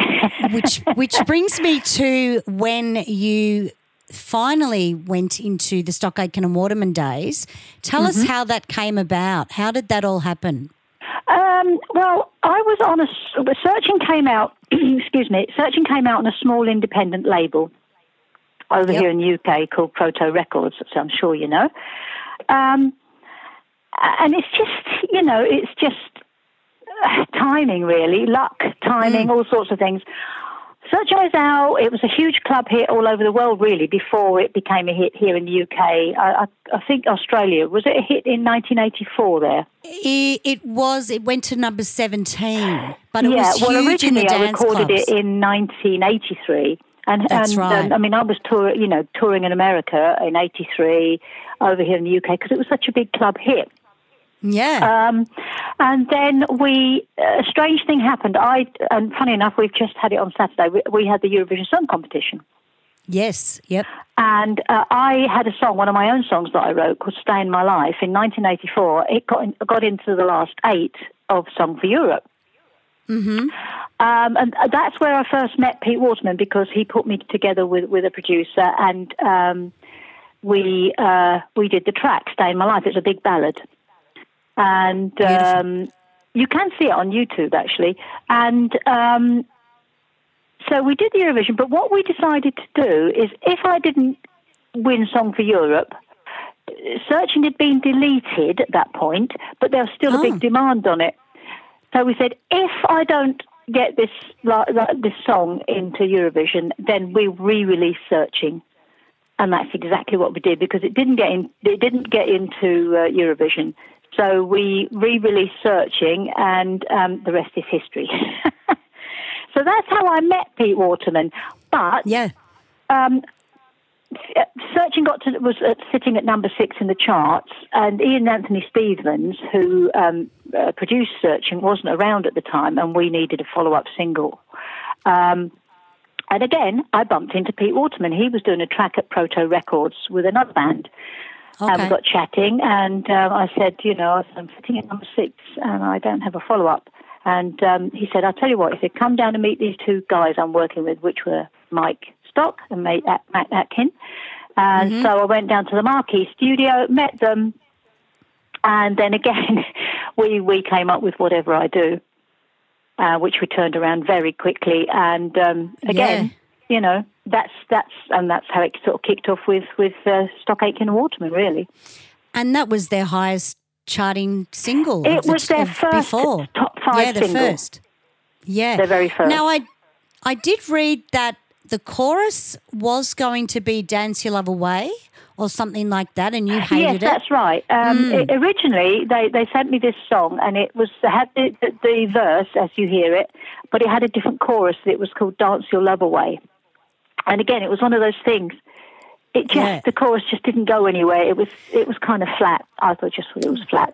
S2: which which brings me to when you finally went into the Stock Aitken and Waterman days. Tell us
S3: Mm-hmm.
S2: how that came about. How did that all happen?
S3: Um, well, I was on a s- Searching came out. excuse me, Searching came out on a small independent label over
S2: Yep.
S3: here in the UK called Proto Records, which I'm sure you know. Um, a- and it's just, you know, it's just uh, timing, really, luck, timing, all sorts of things. Searching was out. It was a huge club hit all over the world, really, before it became a hit here in the UK. I, I, I think Australia was it a hit in 1984 there.
S2: It, it was it went to number seventeen, but it
S3: yeah,
S2: was
S3: well,
S2: huge in the
S3: originally
S2: dance
S3: I recorded
S2: clubs.
S3: it in 1983. And,
S2: That's
S3: and
S2: right.
S3: um, I mean, I was tour, you know, touring in America in '83, over here in the UK, because it was such a big club hit.
S2: yeah,
S3: Um, and then we, a strange thing happened. I, and funny enough, we've just had it on Saturday. We, we had the Eurovision Song Competition,
S2: yes, yep.
S3: and uh, I had a song, one of my own songs that I wrote called "Stay in My Life" in 1984. It got in, got into the last eight of Song for Europe. Um, and that's where I first met Pete Waterman because he put me together with, with a producer and um, we uh, we did the track "Stay in My Life." It's a big ballad, and um, you can see it on YouTube actually. And um, so we did the Eurovision. But what we decided to do is, if I didn't win Song for Europe, searching had been deleted at that point, but there was still a
S2: Oh.
S3: big demand on it. So we said, if I don't get this like, like, this song into Eurovision, then we re-release Searching, and that's exactly what we did because it didn't get in, it didn't get into uh, Eurovision. So we re-released Searching, and um, the rest is history. so that's how I met Pete Waterman. But
S2: Yeah.
S3: um, uh, Searching got to was uh, sitting at number six in the charts, and Ian Anthony Stevens, who um, uh, produced Searching, wasn't around at the time, and we needed a follow up single. Um, and again, I bumped into Pete Waterman. He was doing a track at Proto Records with another band, and we
S2: Okay.
S3: got chatting. And um, I said, you know, I said, I'm sitting at number six, and I don't have a follow up. And um, he said, I'll tell you what. He said, come down and meet these two guys I'm working with, which were Mike Stock and mate At- Matt Atkin. And so I went down to the Marquee Studio, met them, and then again, we we came up with whatever I do, uh, which we turned around very quickly. And um, again, you know, that's that's and that's how it sort of kicked off with with uh, Stock Aitken and Waterman, really.
S2: And that was their highest charting single.
S3: It
S2: of the-
S3: was their
S2: of
S3: first
S2: before.
S3: top five
S2: Yeah, the
S3: single.
S2: first. Yeah,
S3: Their very first.
S2: Now I, I did read that the chorus was going to be "Dance Your Love Away" or something like that, and you hated
S3: yes,
S2: it. Mm.
S3: that's right. Um, it- originally, they, they sent me this song, and it was it had the, the, the verse as you hear it, but it had a different chorus. It was called "Dance Your Love Away," and again, it was one of those things. It just
S2: Yeah.
S3: the chorus just didn't go anywhere. It was it was kind of flat. I thought just thought it was flat.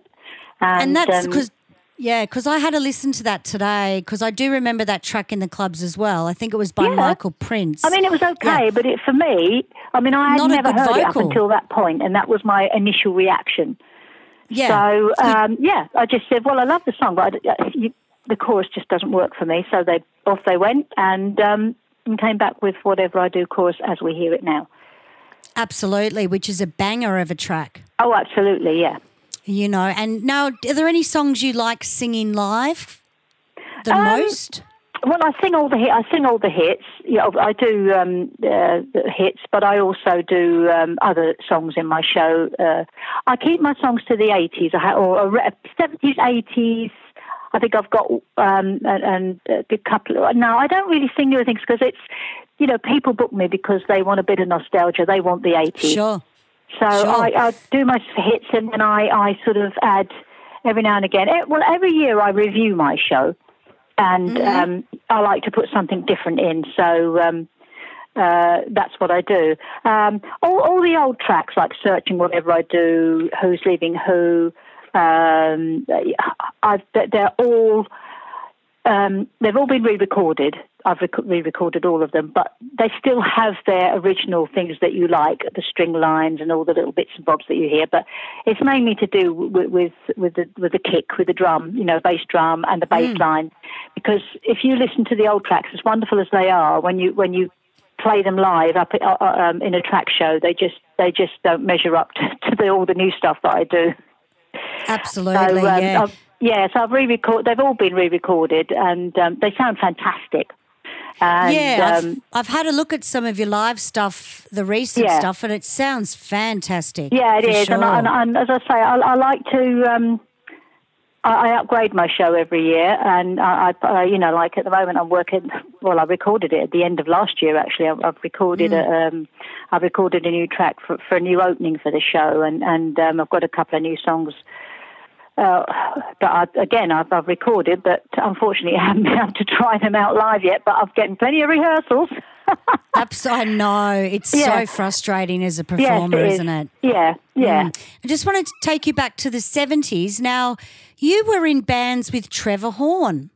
S2: and that's
S3: um,
S2: because yeah, because I had to listen to that today because I do remember that track in the clubs as well. I think it was by
S3: Yeah.
S2: Michael Prince.
S3: I mean, it was okay,
S2: Yeah.
S3: but it, for me, I mean, I had
S2: Not a
S3: never
S2: good
S3: heard it up
S2: vocal.
S3: until that point, and that was my initial reaction.
S2: yeah,
S3: So, um, yeah, I just said, well, I love the song, but I, uh, you, the chorus just doesn't work for me. So they off they went and, um, and came back with whatever I do chorus as we hear it now.
S2: absolutely, which is a banger of a track.
S3: Oh, absolutely, yeah.
S2: You know, and now are there any songs you like singing live the
S3: Um,
S2: most?
S3: Well, I sing all the hi- I sing all the hits. Yeah, I do um, uh, the hits, but I also do um, other songs in my show. Uh, I keep my songs to the eighties ha- or uh, seventies, eighties. I think I've got um, and, and a good couple. Now I don't really sing new things because it's you know people book me because they want a bit of nostalgia. They want the eighties.
S2: Sure.
S3: So
S2: Sure.
S3: I, I do my hits and then I, I sort of add every now and again. Eh, Well, every year I review my show and um, I like to put something different in. So um, uh, that's what I do. Um, all, all the old tracks like Searching Whatever I Do, Who's Leaving Who, um, I've, they're all um, they've all been re-recorded. I've rec- re-recorded all of them, but they still have their original things that you like, the string lines and all the little bits and bobs that you hear. But it's mainly to do with with, with the with the kick, with the drum, you know, bass drum and the bass line, because if you listen to the old tracks, as wonderful as they are, when you when you play them live up uh, uh, um, in a track show, they just they just don't measure up to, to the, all the new stuff that I do.
S2: Absolutely.
S3: So, um,
S2: yeah.
S3: I've, yeah, so I've re-record. They've all been re-recorded, and um, they sound fantastic. And,
S2: yeah, I've,
S3: um,
S2: I've had a look at some of your live stuff, the recent
S3: Yeah.
S2: stuff, and it sounds fantastic.
S3: yeah, it
S2: for
S3: is. And,
S2: sure.
S3: I, and, and as I say, I, I like to. Um, I, I upgrade my show every year, and I, I, I, you know, like at the moment, I'm working. Well, I recorded it at the end of last year. Actually, I've, I've recorded
S2: Mm.
S3: a, um, I've recorded a new track for, for a new opening for the show, and and um, I've got a couple of new songs uh, that I, again I've, I've recorded, but unfortunately I haven't been able to try them out live yet. But I've getting plenty of rehearsals.
S2: Abs- I know. It's
S3: Yeah.
S2: so frustrating as a
S3: Yes,
S2: performer,
S3: it is.
S2: isn't it?
S3: Yeah, yeah.
S2: Mm. I just wanted to take you back to the 70s. Now, you were in bands with Trevor Horn.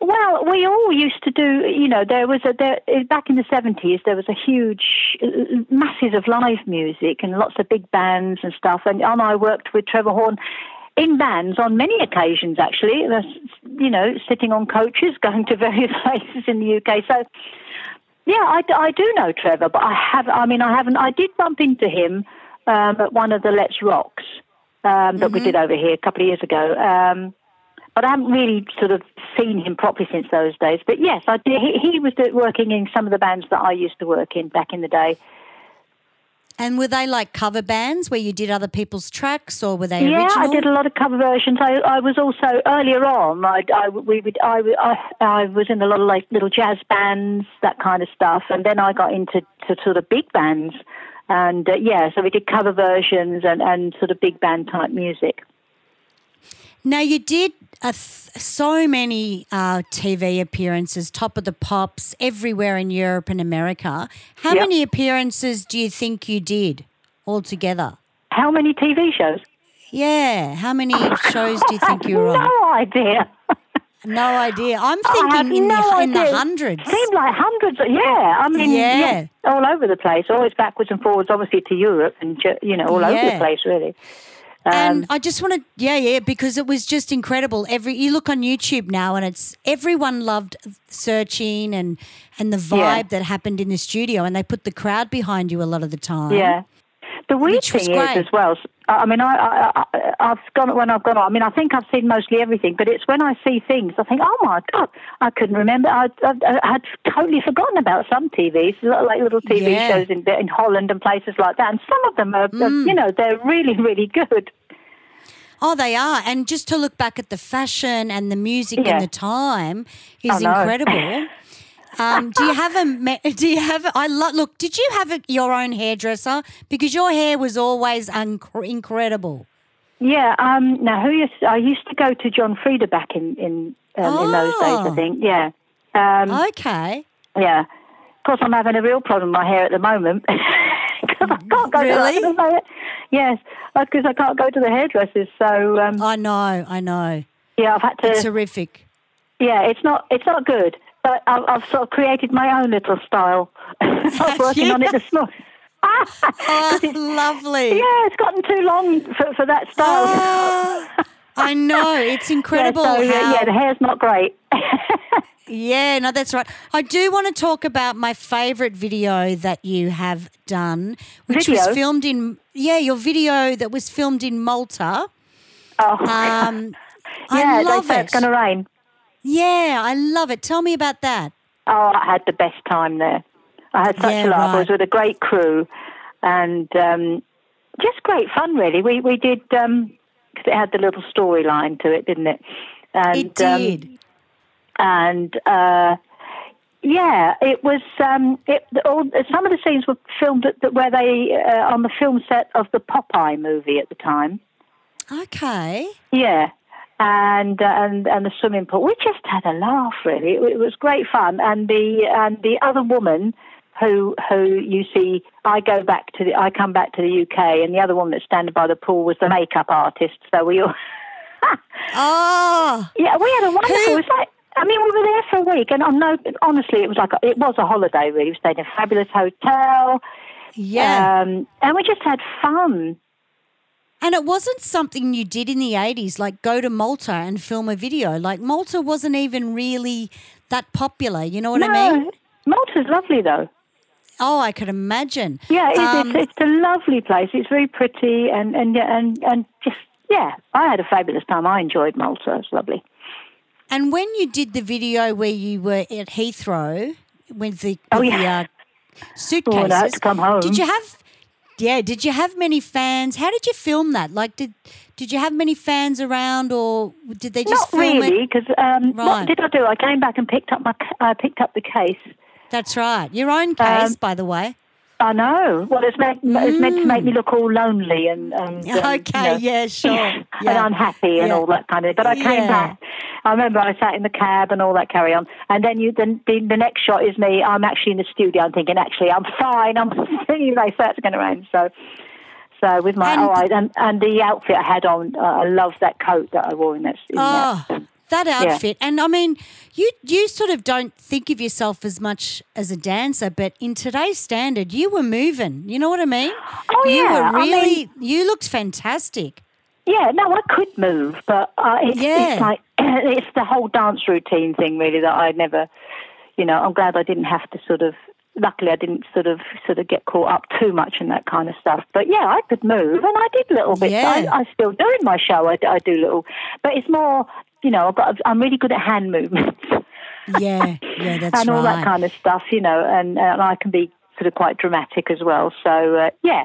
S3: Well, we all used to do. You know, there was a there eh, back in the seventies. There was a huge uh, masses of live music and lots of big bands and stuff. And, and I worked with Trevor Horn in bands on many occasions. Actually, That's, you know, sitting on coaches, going to various places in the UK. So. Yeah, I, d- I do know Trevor, but I have. I mean, I haven't. I did bump into him um, at one of the Let's Rocks um, that we did over here a couple of years ago. Um, but I haven't really sort of seen him properly since those days. But yes, I did. He, he was do- working in some of the bands that I used to work in back in the day.
S2: And were they like cover bands where you did other people's tracks or were they
S3: Yeah,
S2: original?
S3: I did a lot of cover versions. I, I was also earlier on. I, I we would I, w- I- I was in a lot of like little jazz bands, that kind of stuff, and then I got into to sort of big bands, and uh, yeah, so we did cover versions and and sort of big band type music.
S2: Now you did a th- so many uh, TV appearances, top of the pops, everywhere in Europe and America. How
S3: Yep.
S2: many appearances do you think you did altogether?
S3: How many TV shows?
S2: Yeah, how many shows do you think you were on?
S3: No idea.
S2: No idea. I'm
S3: I have
S2: thinking in,
S3: no
S2: the, in the
S3: idea.
S2: hundreds.
S3: Seemed like hundreds. Of, yeah, I mean,
S2: Yeah.
S3: yeah, all over the place. Always backwards and forwards, obviously to Europe and ju- you know all over
S2: Yeah.
S3: the place really.
S2: and I just wanted, yeah, yeah, because it was just incredible. Every you look on YouTube now, and it's everyone loved searching and and the vibe
S3: Yeah.
S2: that happened in the studio, and they put the crowd behind you a lot of the time.
S3: Yeah. The weird
S2: Which was
S3: thing is
S2: great.
S3: as well. s- I I mean, I, I, I I've gone when I've gone. on, I mean, I think I've seen mostly everything, but it's when I see things, I think, oh my god, I couldn't remember. I, I, I had totally forgotten about some TVs, li- like little TV
S2: Yeah. Mm.
S3: shows in in Holland and places like that. And some of them are, are, you know, they're really really good.
S2: Oh, they are. And just to look back at the fashion and the music
S3: Yeah.
S2: and the time is
S3: I know.
S2: incredible. Um, do you have a? ma- Do you have? I lo- look. Did you have a, your own hairdresser? Because your hair was always unc- incredible.
S3: Yeah. Um, now, who used I used to go to John Frieda back in in um, in those days.
S2: Oh.
S3: I think. Yeah. Um,
S2: Okay.
S3: Yeah. Of course, I'm having a real problem with my hair at the moment 'Cause I can't go
S2: Really?
S3: to the yes, because I can't go to the hairdressers. So um,
S2: I know. I know.
S3: yeah, I've had to.
S2: Oh, It's horrific.
S3: yeah, it's not it's not good. But I've, I've sort of created my own little style. I'm working on it this morning.
S2: Oh, lovely.
S3: Yeah, it's gotten too long for, for that style.
S2: Oh, I know. It's incredible.
S3: Yeah, so, yeah,
S2: how-
S3: yeah, the hair's not great.
S2: Yeah, no, that's right. I do want to talk about my favourite video that you have done, which was
S3: Video?
S2: filmed in yeah, your video that was filmed in Malta.
S3: Oh,
S2: Um,
S3: yeah,
S2: I love
S3: they say
S2: it.
S3: it's going to rain.
S2: Yeah, I love it. Tell me about that.
S3: Oh, I had the best time there. I had such
S2: Yeah,
S3: a laugh. I was
S2: right.
S3: with a great crew, and um, just great fun. Really, we we did because it had the little storyline to it, didn't it? And,
S2: It
S3: um,
S2: did.
S3: and uh, yeah, it was. Um, it, the- all, some of the scenes were filmed at the, where they uh, on the film set of the Popeye movie at the time.
S2: okay.
S3: Yeah, and uh, and and the swimming pool. We just had a laugh, really. It, it was great fun. And the and the other woman who who you see, I go back to the, I come back to the UK, and the other woman that's standing by the pool was the makeup artist. So we all,
S2: Oh,
S3: yeah, we had a wonderful.
S2: Who-
S3: It was like. I mean, we were there for a week, and on no, honestly, it was like a, it was a holiday. Really, we stayed in a fabulous hotel,
S2: yeah.
S3: um, and we just had fun.
S2: and it wasn't something you did in the 80s, like go to Malta and film a video. Like, Malta wasn't even really that popular. You know what I
S3: No,
S2: mean?
S3: Malta's lovely though.
S2: Oh, I could imagine.
S3: Yeah, it,
S2: Um,
S3: it's, it's a lovely place. It's very pretty and and yeah, and and just yeah, I had a fabulous time. I enjoyed Malta. It's lovely.
S2: And when you did the video where you were at Heathrow with the, with
S3: Oh,
S2: the
S3: yeah.
S2: uh, suitcases,
S3: Oh, I had to come home.
S2: did you have? Yeah, did you have many fans? How did you film that? Like, did did you have many fans around, or did they just film
S3: Not really,
S2: it?
S3: because um,
S2: Right.
S3: what did I do? I came back and picked up my c- I picked up the case.
S2: That's right, your own case,
S3: Um,
S2: by the way.
S3: I know. Well, it's meant it's meant to make me look all lonely and, and um,
S2: Mm. okay,
S3: you know,
S2: yeah, sure, yeah.
S3: and unhappy and
S2: Yeah.
S3: all that kind of. But I
S2: Yeah.
S3: came back. I remember I sat in the cab and all that carry on. And then you, then the, the next shot is me. I'm actually in the studio. I'm thinking, actually, I'm fine. I'm you know, so it's going to rain. So, so with my
S2: And-
S3: oh, I, and and the outfit I had on, uh, I loved that coat that I wore in that. In
S2: Oh,
S3: that.
S2: that outfit. And I mean, you you sort of don't think of yourself as much as a dancer, but in today's standard, you were moving. You know what I mean?
S3: Oh,
S2: you
S3: yeah.
S2: were
S3: I mean-
S2: really you looked fantastic.
S3: Yeah, no, I could move, but uh, it's,
S2: Yeah.
S3: it's like it's the whole dance routine thing, really, that I never, you know. I'm glad I didn't have to sort of. Luckily, I didn't sort of sort of get caught up too much in that kind of stuff. But yeah, I could move, and I did little bits.
S2: Yeah.
S3: I, I still do in my show. I, I do little, but it's more, you know, I've got, I'm really good at hand movements
S2: Yeah, yeah, that's
S3: and
S2: right.
S3: all that kind of stuff, you know, and, uh, and I can be sort of quite dramatic as well. So uh, yeah,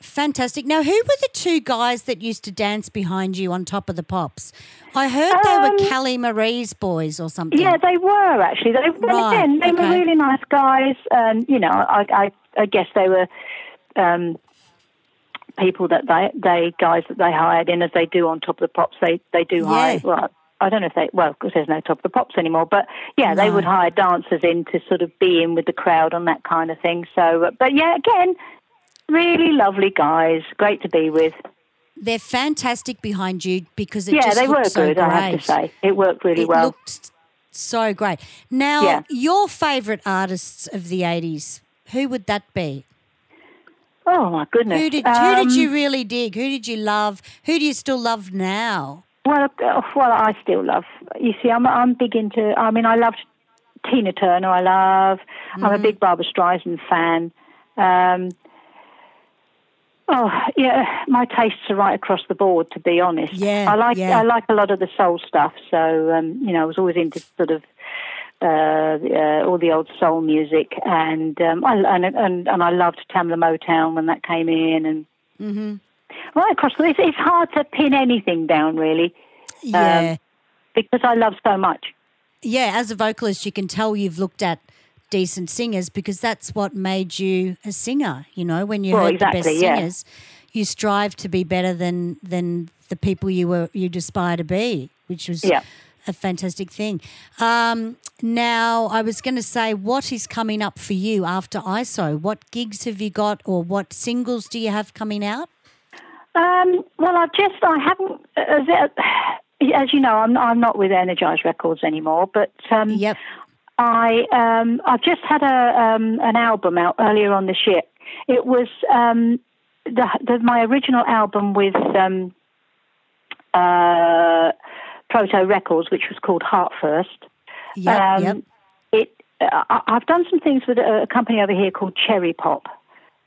S2: fantastic. Now, who were the two guys that used to dance behind you on top of the pops? I heard they were
S3: Um,
S2: Callie Marie's boys or something.
S3: Yeah, they were actually. They then
S2: Right,
S3: again, they were
S2: okay.
S3: really nice guys, and you know, I I, I guess they were um, people that they they guys that they hired in as they do on Top of the Pops. They they do hire.
S2: Yeah.
S3: Well, I don't know if they well because there's no Top of the Pops anymore, but yeah, they
S2: No.
S3: would hire dancers in to sort of be in with the crowd on that kind of thing. So, uh, but yeah, again, really lovely guys, great to be with.
S2: They're fantastic behind you because it
S3: yeah,
S2: just
S3: they were
S2: looked so
S3: good.
S2: great.
S3: I have to say, it worked really
S2: it
S3: well.
S2: looked so great. Now,
S3: Yeah.
S2: your favourite artists of the eighties, who would that be?
S3: oh my goodness!
S2: Who did who did
S3: Um,
S2: you really dig? Who did you love? Who do you still love now?
S3: Well, uh, well, I still love. You see, I'm I'm big into. I mean, I loved Tina Turner. I love. I'm
S2: Mm-hmm.
S3: a big Barbara Streisand fan. Um, oh yeah, my tastes are right across the board. To be honest,
S2: Yeah,
S3: I like
S2: yeah.
S3: I like a lot of the soul stuff. So um, you know, I was always into sort of. Uh, the, uh, all the old soul music, and um, I and, and and I loved Tamla Motown when that came in, and
S2: Mm-hmm.
S3: right across. The, it's, it's hard to pin anything down really
S2: Yeah.
S3: because I love so much.
S2: yeah, as a vocalist, you can tell you've looked at decent singers because that's what made you a singer. You know, when you
S3: Well,
S2: heard the best
S3: exactly, yeah.
S2: singers, you strive to be better than than the people you were you'd aspire to be, which was
S3: Yeah.
S2: a fantastic thing. Um, now, I was going to say, what is coming up for you after ISO? What gigs have you got, or what singles do you have coming out?
S3: Um, well, I've just I haven't as, as you know I'm I'm not with Energized Records anymore, but um,
S2: Yep.
S3: I um, I've just had a um, an album out earlier on this year. It was um, the, the my original album with um, uh, Proto Records, which was called Heart First.
S2: Yep.
S3: Um,
S2: yep.
S3: It I, I- I've done some things with a, a company over here called Cherry Pop.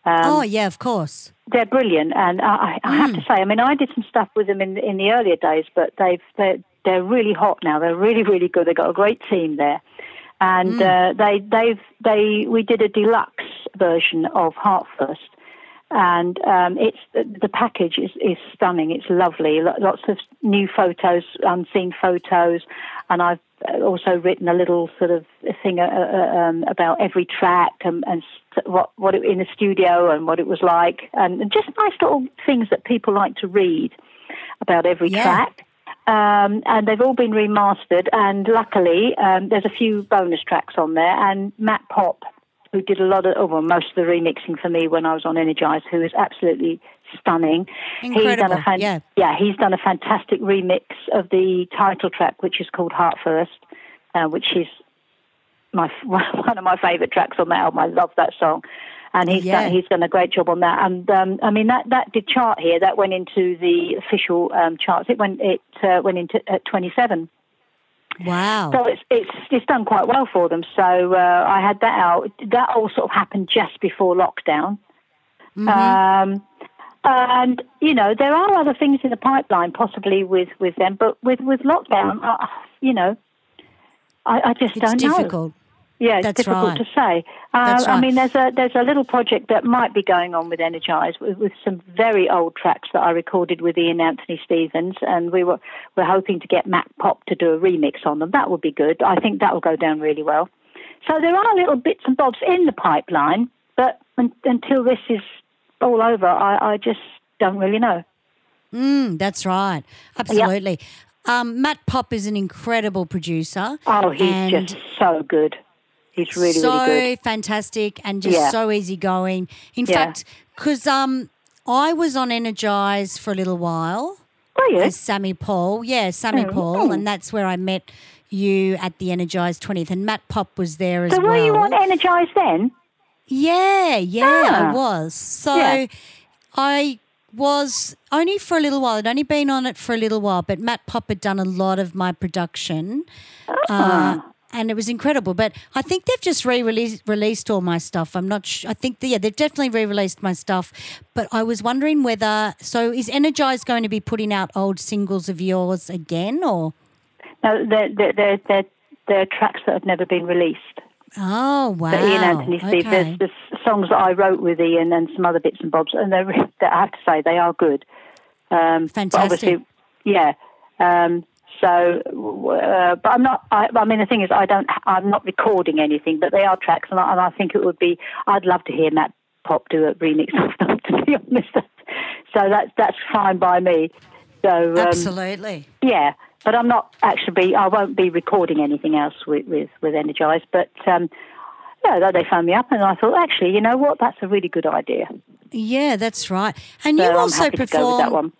S3: Um,
S2: oh, yeah, of course.
S3: they're brilliant, and I, I I have to say, I mean, I did some stuff with them in in the earlier days, but they've they're they're really hot now. They're really really good. They've got a great team there, and uh, they they've they we did a deluxe version of Heart First, and um, it's the the package is is stunning. It's lovely. Lo- Lots of new photos, unseen photos, and I've uh, also written a little sort of thing uh, uh, um, about every track and, and st- what what it, in the studio and what it was like, and just nice little things that people like to read about every
S2: Yeah.
S3: track. Um, and they've all been remastered, and luckily um, there's a few bonus tracks on there. And Matt Pop, who did a lot of, oh, well, most of the remixing for me when I was on Energize, who is absolutely stunning. He's done
S2: Incredible,
S3: a fan-
S2: yeah.
S3: yeah, he's done a fantastic remix of the title track, which is called Heart First, uh, which is my one of my favourite tracks on that album. I love that song, and he's
S2: Yeah.
S3: done, he's done a great job on that. And um, I mean that that did chart here. That went into the official um, charts. It went it uh, went into at twenty seven.
S2: Wow.
S3: So it's it's it's done quite well for them. So uh, I had that out. That all sort of happened just before lockdown.
S2: Mm-hmm.
S3: Um, and you know there are other things in the pipeline possibly with with them, but with with lockdown, uh, you know, I, I just
S2: it's
S3: don't know.
S2: difficult.
S3: Yeah, it's
S2: That's
S3: difficult
S2: right.
S3: to say. Uh,
S2: That's
S3: I
S2: right.
S3: mean, there's a there's a little project that might be going on with Energize with, with some very old tracks that I recorded with Ian Anthony Stevens, and we were we're hoping to get Mac Pop to do a remix on them. That would be good. I think that will go down really well. So there are little bits and bobs in the pipeline, but un- until this is all over, I, I just don't really know.
S2: Mm, that's right. Absolutely. Um, Matt Pop is an incredible producer.
S3: Oh, he's
S2: and
S3: just so good. He's really
S2: so
S3: really good.
S2: fantastic and just
S3: Yeah.
S2: so easygoing. In
S3: Yeah.
S2: fact, because um, I was on Energize for a little while
S3: Oh
S2: as
S3: yes,
S2: Sammy Paul. Yeah, Sammy
S3: Oh,
S2: Paul.
S3: oh.
S2: And that's where I met you at the Energize 20th. And Matt Pop was there as
S3: so
S2: well.
S3: were you on Energize then?
S2: Yeah, yeah, I
S3: Ah.
S2: was. So
S3: Yeah.
S2: I was only for a little while. I'd only been on it for a little while, but Matt Pop had done a lot of my production. Uh,
S3: Ah.
S2: and it was incredible. But I think they've just re released all my stuff. I'm not sure. I think, yeah, they've definitely re released my stuff. But I was wondering whether. So is Energize going to be putting out old singles of yours again or.
S3: No, they're, they're, they're, they're, they're tracks that have never been released.
S2: Oh, wow.
S3: That Ian Anthony Steve,
S2: okay.
S3: there's, there's songs that I wrote with Ian and some other bits and bobs, and they're, re- that I have to say they are good. Um, but
S2: Fantastic.
S3: Obviously, yeah. Um, so, w- uh, but I'm not. I, I mean, the thing is, I don't. I'm not recording anything, but they are tracks, and I, and I think it would be. I'd love to hear Matt Pop do a remix of them. To be honest, so that's that's fine by me. So um,
S2: Absolutely.
S3: yeah, but I'm not actually. Be, I won't be recording anything else with with, with Energize. But um, yeah, they- they phoned me up, and I thought, actually, you know what? That's a really good idea.
S2: Yeah, that's right. And
S3: So
S2: you
S3: I'm
S2: also
S3: happy to go with that
S2: perform.
S3: one.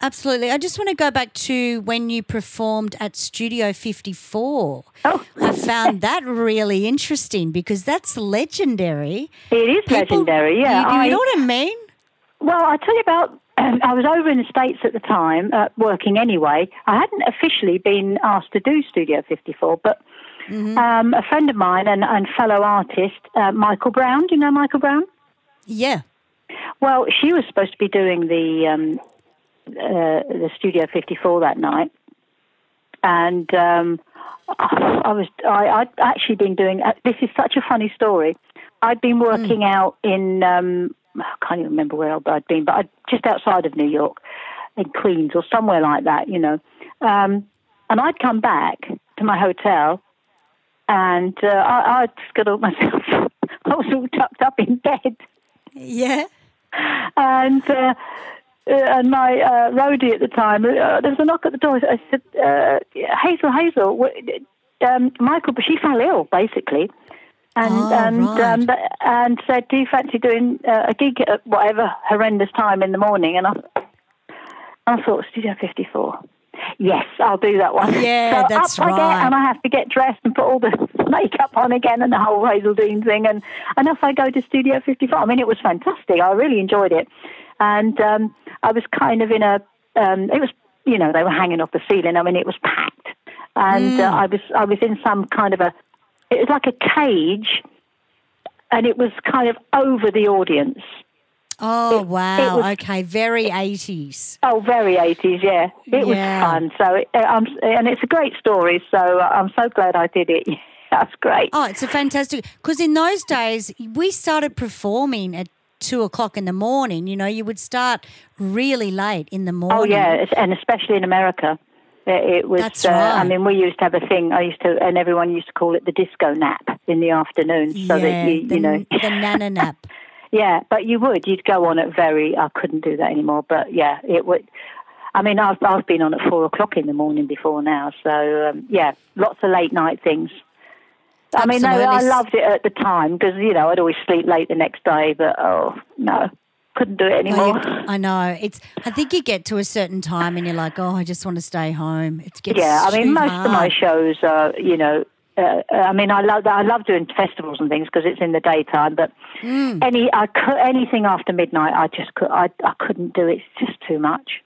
S2: Absolutely. I just want to go back to when you performed at Studio 54.
S3: Oh.
S2: I found that really interesting because that's legendary.
S3: It is
S2: People-
S3: legendary. Yeah,
S2: You, you
S3: I-
S2: know what I mean?
S3: Well, I tell you about. Um, I was over in the States at the time, uh, working anyway. I hadn't officially been asked to do Studio 54, but
S2: Mm-hmm.
S3: um, a friend of mine and, and fellow artist, uh, Michael Brown, do you know Michael Brown?
S2: Yeah.
S3: Well, she was supposed to be doing the um, uh, the Studio 54 that night, and um, I I was I, I'd actually been doing. Uh, this is such a funny story. I'd been working out in um, I can't even remember where I'd been, but I'd, just outside of New York, in Queens or somewhere like that, you know. Um, and I'd come back to my hotel, and uh, I, I scuddled myself. I was all tucked up in bed,
S2: Yeah.
S3: and uh, uh, and my uh, roadie at the time, uh, there was a knock at the door. I said, uh, "Hazel, Hazel, w- um, Michael, but she fell ill basically." And
S2: Oh,
S3: and
S2: right.
S3: um, but- and said, "Do you fancy doing uh, a gig at whatever horrendous time in the morning?" And I, I thought Studio 54. Yes, I'll do that one.
S2: Yeah,
S3: so
S2: that's
S3: up I
S2: right.
S3: get, and I have to get dressed and put all the makeup on again and the whole Hazel Dean thing. And, and off I go to Studio 54. I mean, it was fantastic. I really enjoyed it. And um, I was kind of in a, um, it was, you know, they were hanging off the ceiling. I mean, it was packed. And
S2: Mm.
S3: uh, I was I was in some kind of a, it was like a cage, and it was kind of over the audience.
S2: Oh, wow.
S3: was-
S2: okay. Very 80s.
S3: Oh, very 80s, yeah. It was
S2: Yeah.
S3: fun. So, it, uh, I'm, and it's a great story. So, uh, I'm so glad I did it. That's great.
S2: Oh, it's a fantastic. Because in those days, we started performing at two o'clock in the morning. You know, you would start really late in the morning.
S3: Oh, yeah, it's- and especially in America. It it was.
S2: That's
S3: uh, I
S2: right.
S3: mean, we used to have a thing. I used to, and everyone used to call it the disco nap in the afternoon, so
S2: Yeah,
S3: that you,
S2: the,
S3: you know,
S2: the nana nap.
S3: yeah. But you would, you'd go on at very. I couldn't do that anymore. But yeah, it would. I mean, I've I've been on at four o'clock in the morning before now. So um, yeah, lots of late night things. I mean, no, I
S2: Absolutely.
S3: loved it at the time because you know I'd always sleep late the next day. But oh no, couldn't do it
S2: Well,
S3: anymore.
S2: you- I know. It's. I think you get to a certain time and you're like, oh, I just want to stay home. It gets
S3: Yeah, I
S2: too
S3: mean, most of my
S2: hard.
S3: shows are, you know, uh, I mean, I love I love doing festivals and things because it's in the daytime. But
S2: Hmm.
S3: any I cou- anything after midnight, I just could I I couldn't do it. It's just too much.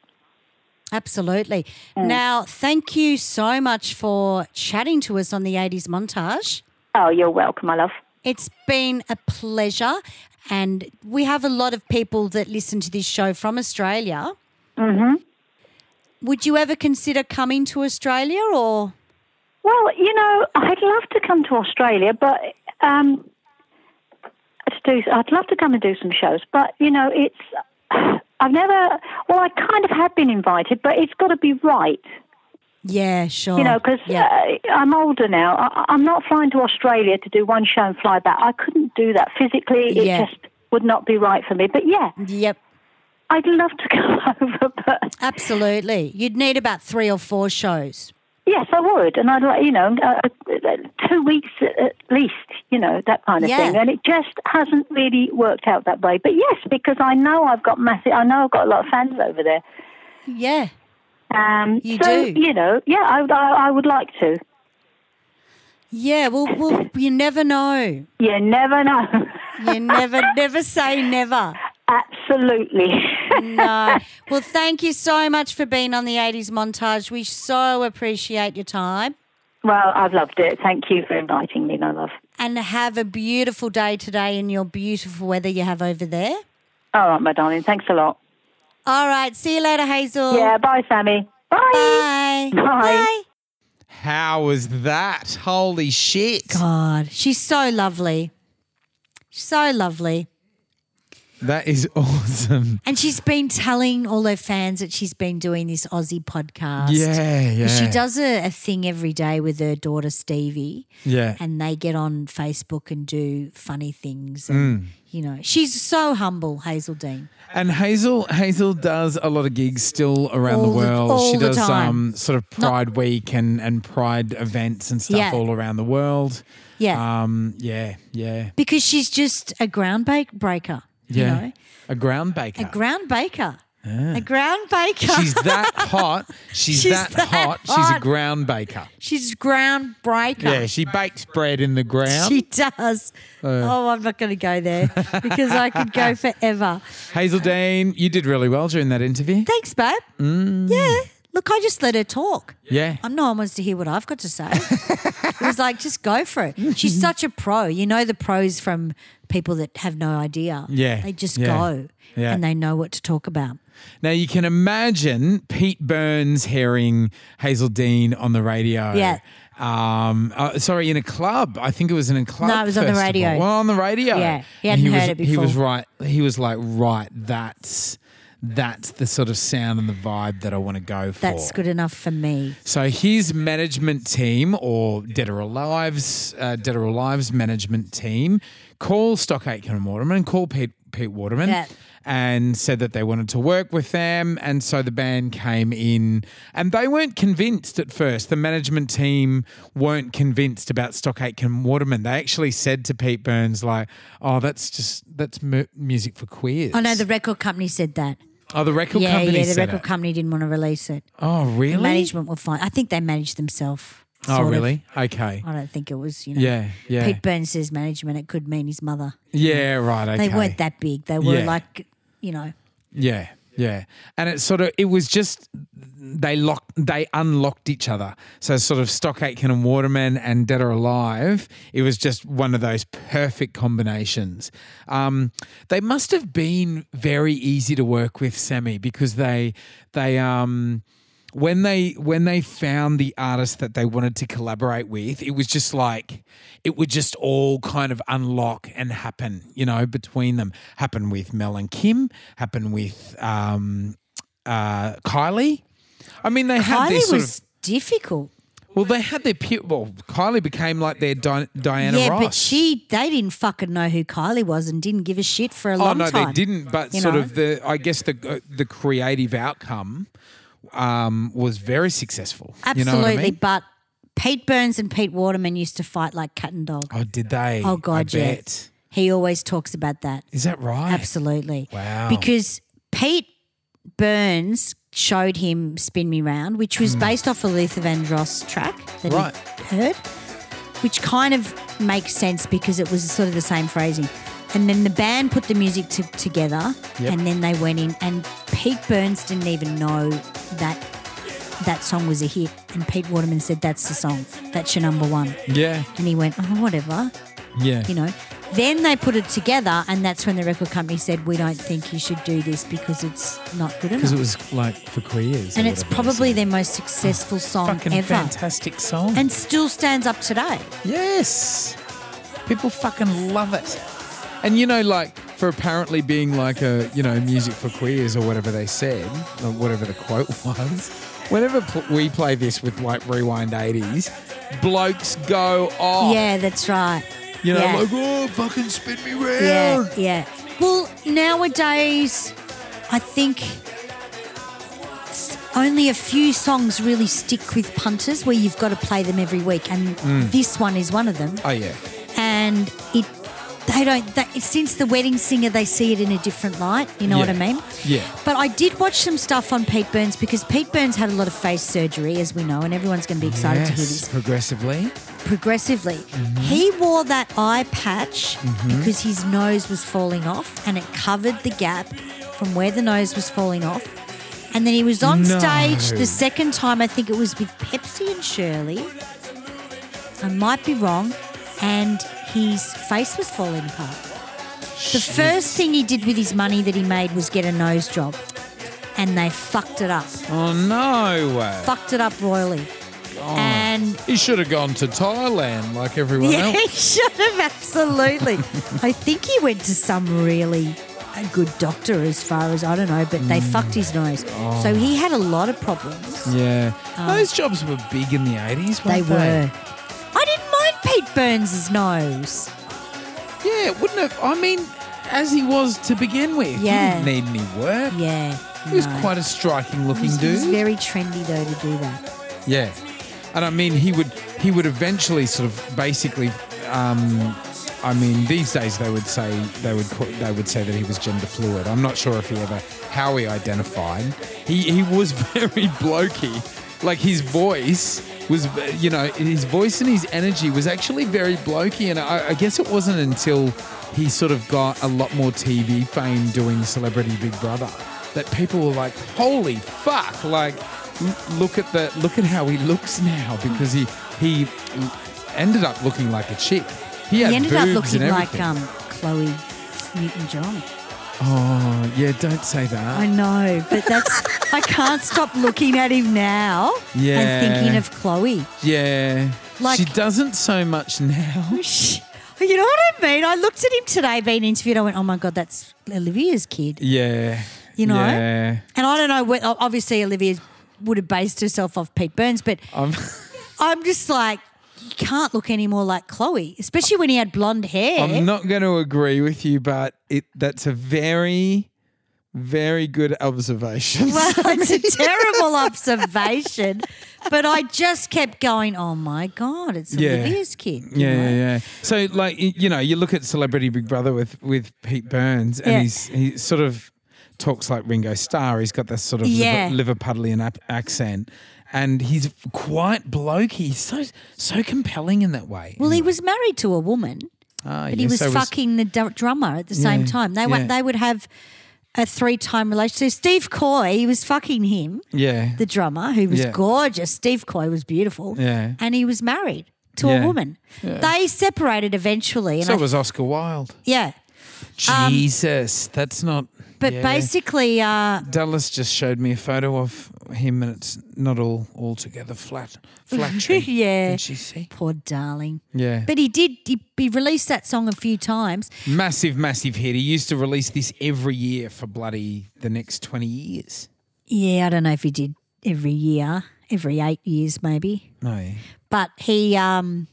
S2: Absolutely.
S3: Mm.
S2: Now, thank you so much for chatting to us on the 80s montage.
S3: Oh, you're welcome, my love.
S2: It's been a pleasure. And we have a lot of people that listen to this show from Australia. Mm-hmm. Would you ever consider coming to Australia or?
S3: Well, you know, I'd love to come to Australia, but um, to do I'd love to come and do some shows, but you know, it's I've never. Well, I kind of have been invited, but it's got to be right.
S2: Yeah, sure.
S3: You know, because
S2: Oh, yeah.
S3: uh, I'm older now. I, I'm not flying to Australia to do one show and fly back. I couldn't do that physically. It
S2: Yeah.
S3: just would not be right for me. But yeah,
S2: yep.
S3: I'd love to come over. But
S2: Absolutely. You'd need about three or four shows.
S3: yes, I would, and I'd like you know uh, uh, two weeks at at least. You know that kind of
S2: Yeah.
S3: thing. And it just hasn't really worked out that way. But yes, because I know I've got massive. I know I've got a lot of fans over there.
S2: Yeah.
S3: Um,
S2: You
S3: so,
S2: do.
S3: You know, yeah, I, I, I would like to.
S2: Yeah. Well, well, you never know.
S3: You never know.
S2: You never, never say never.
S3: Absolutely.
S2: No. Well, thank you so much for being on the 80s montage. We so appreciate your time
S3: Well, I've loved it. Thank you for inviting me, my love.
S2: and have a beautiful day today in your beautiful weather you have over there.
S3: All right, my darling. Thanks a lot.
S2: All right. See you later, Hazel.
S3: Yeah, bye, Sammy. Bye.
S2: Oh. Bye.
S3: Bye.
S2: Bye.
S4: How was that? Holy shit.
S2: God, she's so lovely. So lovely.
S1: That is awesome.
S2: And she's been telling all her fans that she's been doing this Aussie podcast.
S1: Yeah, yeah.
S2: She does a, a thing every day with her daughter Stevie,
S1: Yeah.
S2: and they get on Facebook and do funny things.
S1: Mm.
S2: And, You know, she's so humble, Hazel Dean.
S1: And Hazel Hazel does a lot of gigs still around
S2: All
S1: the
S2: the-
S1: world.
S2: all
S1: she
S2: the
S1: does
S2: time.
S1: um sort of Pride Week and, and Pride events and stuff
S2: Yeah.
S1: all around the world.
S2: Yeah,
S1: Um yeah, yeah.
S2: because she's just a ground ba- breaker. You
S1: Yeah.
S2: know,
S1: A ground baker.
S2: a ground baker, a ground baker.
S1: She's that hot. She's,
S2: She's
S1: that,
S2: that
S1: hot. She's a
S2: hot.
S1: ground baker.
S2: she's ground breaker.
S1: Yeah, she bakes bread in the ground.
S2: She does. oh, I'm not going to go there because I could go forever.
S1: Hazel Dean, you did really well during that interview.
S2: Thanks, babe.
S1: Mm.
S2: Yeah. Look, I just let her talk.
S1: Yeah.
S2: I no one wants to hear what I've got to say. it was like, just go for it. She's such a pro. You know the pros from people that have no idea.
S1: Yeah.
S2: They just
S1: Yeah.
S2: go
S1: Yeah.
S2: and they know what to talk about.
S1: Now you can imagine Pete Burns hearing Hazel Dean on the radio.
S2: Yeah.
S1: Um, uh, sorry, in a club. I think it was in a club.
S2: No, it was on the
S1: first of
S2: radio.
S1: all. Well, on the radio.
S2: Yeah, he
S1: And
S2: hadn't
S1: was,
S2: heard it
S1: He was
S2: before.
S1: right. He was like, right. That's that's the sort of sound and the vibe that I want to go for.
S2: That's good enough for me.
S1: So his management team, or Dead or Alive's, uh, Dead or Alive's management team, called Stock Aitken Waterman and called Pete, Pete Waterman
S2: Yeah.
S1: and said that they wanted to work with them. And so the band came in and they weren't convinced at first. The management team weren't convinced about Stock Aitken Waterman. They actually said to Pete Burns, like, oh, that's just, that's mu- music for queers.
S2: I know the record company said that.
S1: oh, the record
S2: yeah,
S1: company
S2: yeah, the
S1: said
S2: record
S1: it.
S2: company didn't want to release it.
S1: oh, really?
S2: Management were fine. I think they managed themselves.
S1: oh,
S2: sort of.
S1: really? Okay.
S2: I don't think it was, you know.
S1: Yeah, yeah.
S2: Pete Burns says management, it could mean his mother.
S1: Yeah, right. Okay.
S2: They weren't that big. They were
S1: Yeah.
S2: like, you know,
S1: Yeah, yeah. And it sort of it was just they locked they unlocked each other. So sort of Stock Aitken and Waterman and Dead or Alive. It was just one of those perfect combinations. Um, they must have been very easy to work with, Sammy, because they they um when they when they found the artist that they wanted to collaborate with, it was just like it would just all kind of unlock and happen, you know, between them. Happen with Mel and Kim. Happen with um, uh, Kylie. I mean, they had
S2: Kylie
S1: this sort
S2: was difficult.
S1: of well, they had their pu- well. Kylie became like their Di- Diana
S2: yeah,
S1: Ross.
S2: but she, they didn't fucking know who Kylie was and didn't give a shit for a
S1: Oh
S2: long
S1: no,
S2: time.
S1: they didn't. But
S2: you
S1: sort
S2: know?
S1: of the, I guess the uh, the creative outcome um, was very successful. You know
S2: Absolutely.
S1: what I mean?
S2: But Pete Burns and Pete Waterman used to fight like cat and dog.
S1: Oh, did they?
S2: Oh,
S1: I
S2: God, yeah.
S1: bet.
S2: He always talks about that.
S1: Is that right?
S2: Absolutely.
S1: Wow.
S2: Because Pete Burns showed him Spin Me Round, which was based off a Luther Vandross track that
S1: Mm. Right.
S2: he heard, which kind of makes sense because it was sort of the same phrasing. And then the band put the music to, together
S1: Yep.
S2: and then they went in and Pete Burns didn't even know that that song was a hit. And Pete Waterman said, that's the song. That's your number one.
S1: Yeah,
S2: And he went, oh, whatever
S1: yeah.
S2: you know. Then they put it together, and that's when the record company said, "We don't think you should do this because it's not good enough."
S1: Because it was like for queers.
S2: and it's probably their most successful song
S1: fucking
S2: ever,
S1: fantastic song.
S2: and still stands up today.
S1: yes, people fucking love it. And you know, like for apparently being like a you know music for queers or whatever they said, or whatever the quote was. Whenever pl- we play this with like rewind '80s, blokes go off.
S2: Yeah, that's right.
S1: Oh. You know,
S2: yeah.
S1: like oh, fucking spin me round.
S2: yeah, yeah. Well, nowadays, I think s- only a few songs really stick with punters, where you've got to play them every week, and
S1: Mm.
S2: this one is one of them.
S1: Oh yeah.
S2: and it they don't they, since the wedding singer they see it in a different light you know what i
S1: Yeah.
S2: mean
S1: Yeah.
S2: but i did watch some stuff on pete burns because pete burns had a lot of face surgery as we know and everyone's going to be excited to hear
S1: Yes,
S2: this
S1: progressively.
S2: progressively he wore that eye patch because his nose was falling off and it covered the gap from where the nose was falling off and then he was on
S1: No.
S2: stage the second time i think it was with pepsi and shirley I might be wrong, and his face was falling apart. The first thing he did with his money that he made was get a nose job, and they fucked it up.
S1: Oh no way.
S2: Fucked it up royally. And
S1: He should have gone to Thailand like everyone
S2: yeah,
S1: else.
S2: he should have absolutely. I think he went to some really a good doctor, as far as I don't know, but they fucked his nose, so he had a lot of problems.
S1: Hmm. Oh. Yeah. Those jobs were big in the 80s,
S2: Oh. They
S1: weren't they?
S2: were. I didn't mind Pete Burns' nose.
S1: Yeah, wouldn't it? I mean, as he was to begin with.
S2: Yeah.
S1: He didn't need any work.
S2: Yeah,
S1: He was
S2: no.
S1: quite a striking
S2: It
S1: looking
S2: was, it was
S1: dude.
S2: very trendy though to do that.
S1: yeah. And I mean, he would he would eventually sort of basically. Um, I mean, these days they would say they would call, they would say that he was gender fluid. I'm not sure if he ever how he identified. He he was very blokey. Like his voice was, you know, his voice and his energy was actually very blokey. And I, I guess it wasn't until he sort of got a lot more TV fame doing Celebrity Big Brother that people were like, "Holy fuck!" Like, l- look at the look at how he looks now because he he ended up looking like a chick. He, had
S2: he ended up
S1: boobs
S2: looking
S1: and
S2: like
S1: everything.
S2: um, Chloe Newton John.
S1: oh yeah, don't say that.
S2: I know, but that's I can't stop looking at him now
S1: Yeah.
S2: and thinking of Chloe.
S1: yeah,
S2: Like-
S1: she doesn't so much now.
S2: You know what I mean? I looked at him today being interviewed. I went, "Oh my god, that's Olivia's kid."
S1: Yeah,
S2: you know?
S1: Yeah.
S2: And I don't know, whe- o- obviously, Olivia would have based herself off Pete Burns, but
S1: Um,
S2: I'm just like, you can't look any more like Chloe, especially when he had blonde hair.
S1: I'm not going to agree with you, but it that's a very, very good observation.
S2: well, it's a terrible observation, but I just kept going, oh my God, it's
S1: Yeah.
S2: Olivia's kid. you
S1: Yeah,
S2: know?
S1: yeah, yeah. So, like, y- you know, you look at Celebrity Big Brother with with Pete Burns, and
S2: Yeah.
S1: he's he sort of talks like Ringo Starr. He's got that sort of
S2: Yeah.
S1: Liver- Liverpudlian ap- accent, and he's quite blokey. He's so so compelling in that way.
S2: Well, he was married to a woman,
S1: Ah,
S2: but
S1: yeah,
S2: he was
S1: so
S2: fucking the the drummer at the same
S1: Yeah,
S2: time. They,
S1: yeah.
S2: went, they would have a three time relationship. So Steve Coy, he was fucking him.
S1: Yeah,
S2: the drummer, who was
S1: Yeah.
S2: gorgeous. Steve Coy was beautiful.
S1: Yeah.
S2: And he was married to
S1: Yeah.
S2: a woman. They separated eventually. And
S1: so
S2: I-
S1: was Oscar Wilde.
S2: yeah.
S1: Jesus, that's not.
S2: Um, But
S1: yeah.
S2: basically, uh,
S1: Dallas just showed me a photo of him, and it's not all altogether flat, flattering.
S2: Yeah.
S1: did she see?
S2: poor darling.
S1: Yeah,
S2: But he did, he, he released that song a few times.
S1: Massive, massive hit. He used to release this every year for bloody the next 20 years.
S2: Yeah, I don't know if he did every year, every eight years maybe.
S1: No.
S2: But he, um,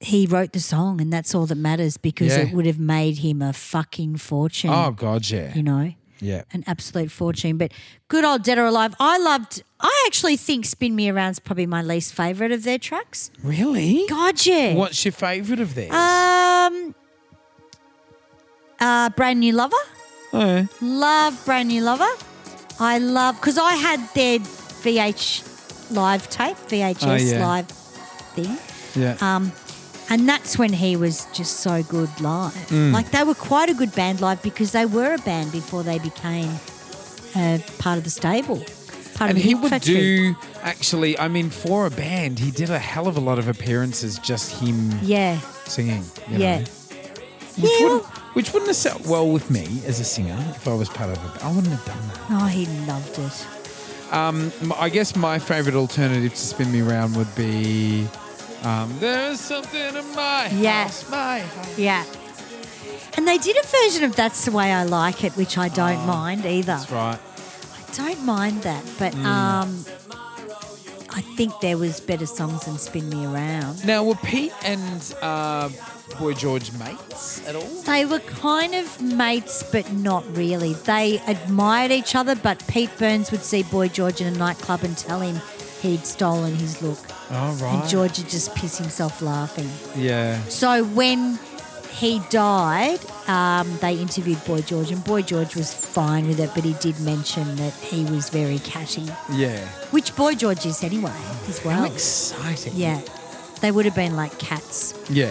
S2: he wrote the song, and that's all that matters because
S1: Yeah.
S2: it would have made him a fucking fortune.
S1: Oh, God, yeah.
S2: You know?
S1: Yeah.
S2: an absolute fortune. But good old Dead or Alive. I loved. I actually think Spin Me Around's probably my least favorite of their tracks.
S1: Really?
S2: God, yeah.
S1: What's your favourite of theirs?
S2: Um. Uh, brand new lover.
S1: oh,
S2: Love brand new lover. I love because I had their VH live tape, VHS
S1: Oh, yeah.
S2: live thing.
S1: yeah.
S2: Um, and that's when he was just so good live.
S1: Mm.
S2: Like they were quite a good band live because they were a band before they became uh, part of the stable. Part of
S1: and
S2: the
S1: he
S2: Hit
S1: would
S2: Factory.
S1: do, actually, I mean, for a band, he did a hell of a lot of appearances just him
S2: Yeah,
S1: singing. you
S2: yeah,
S1: know,
S2: yeah.
S1: Which wouldn't,
S2: well-
S1: which wouldn't have sat well with me as a singer if I was part of a I wouldn't have done that.
S2: Oh, he loved it.
S1: M- I guess my favourite alternative to spin me round would be. Um, There's something in my
S2: Yeah.
S1: house, my house.
S2: Yeah. And they did a version of That's the Way I Like It, which I
S1: Ah.
S2: don't mind either.
S1: That's right.
S2: I don't mind that, but
S1: Mm.
S2: um, I think there was better songs than Spin Me Around.
S1: Now, were Pete and uh, Boy George mates at all?
S2: They were kind of mates, but not really. They admired each other, but Pete Burns would see Boy George in a nightclub and tell him he'd stolen his look.
S1: Oh, right.
S2: And George would just piss himself laughing.
S1: Yeah.
S2: So when he died, um, they interviewed Boy George, and Boy George was fine with it, but he did mention that he was very catty,
S1: Yeah.
S2: which Boy George is anyway, as
S1: How
S2: well.
S1: exciting.
S2: Yeah. They would have been like cats.
S1: Yeah.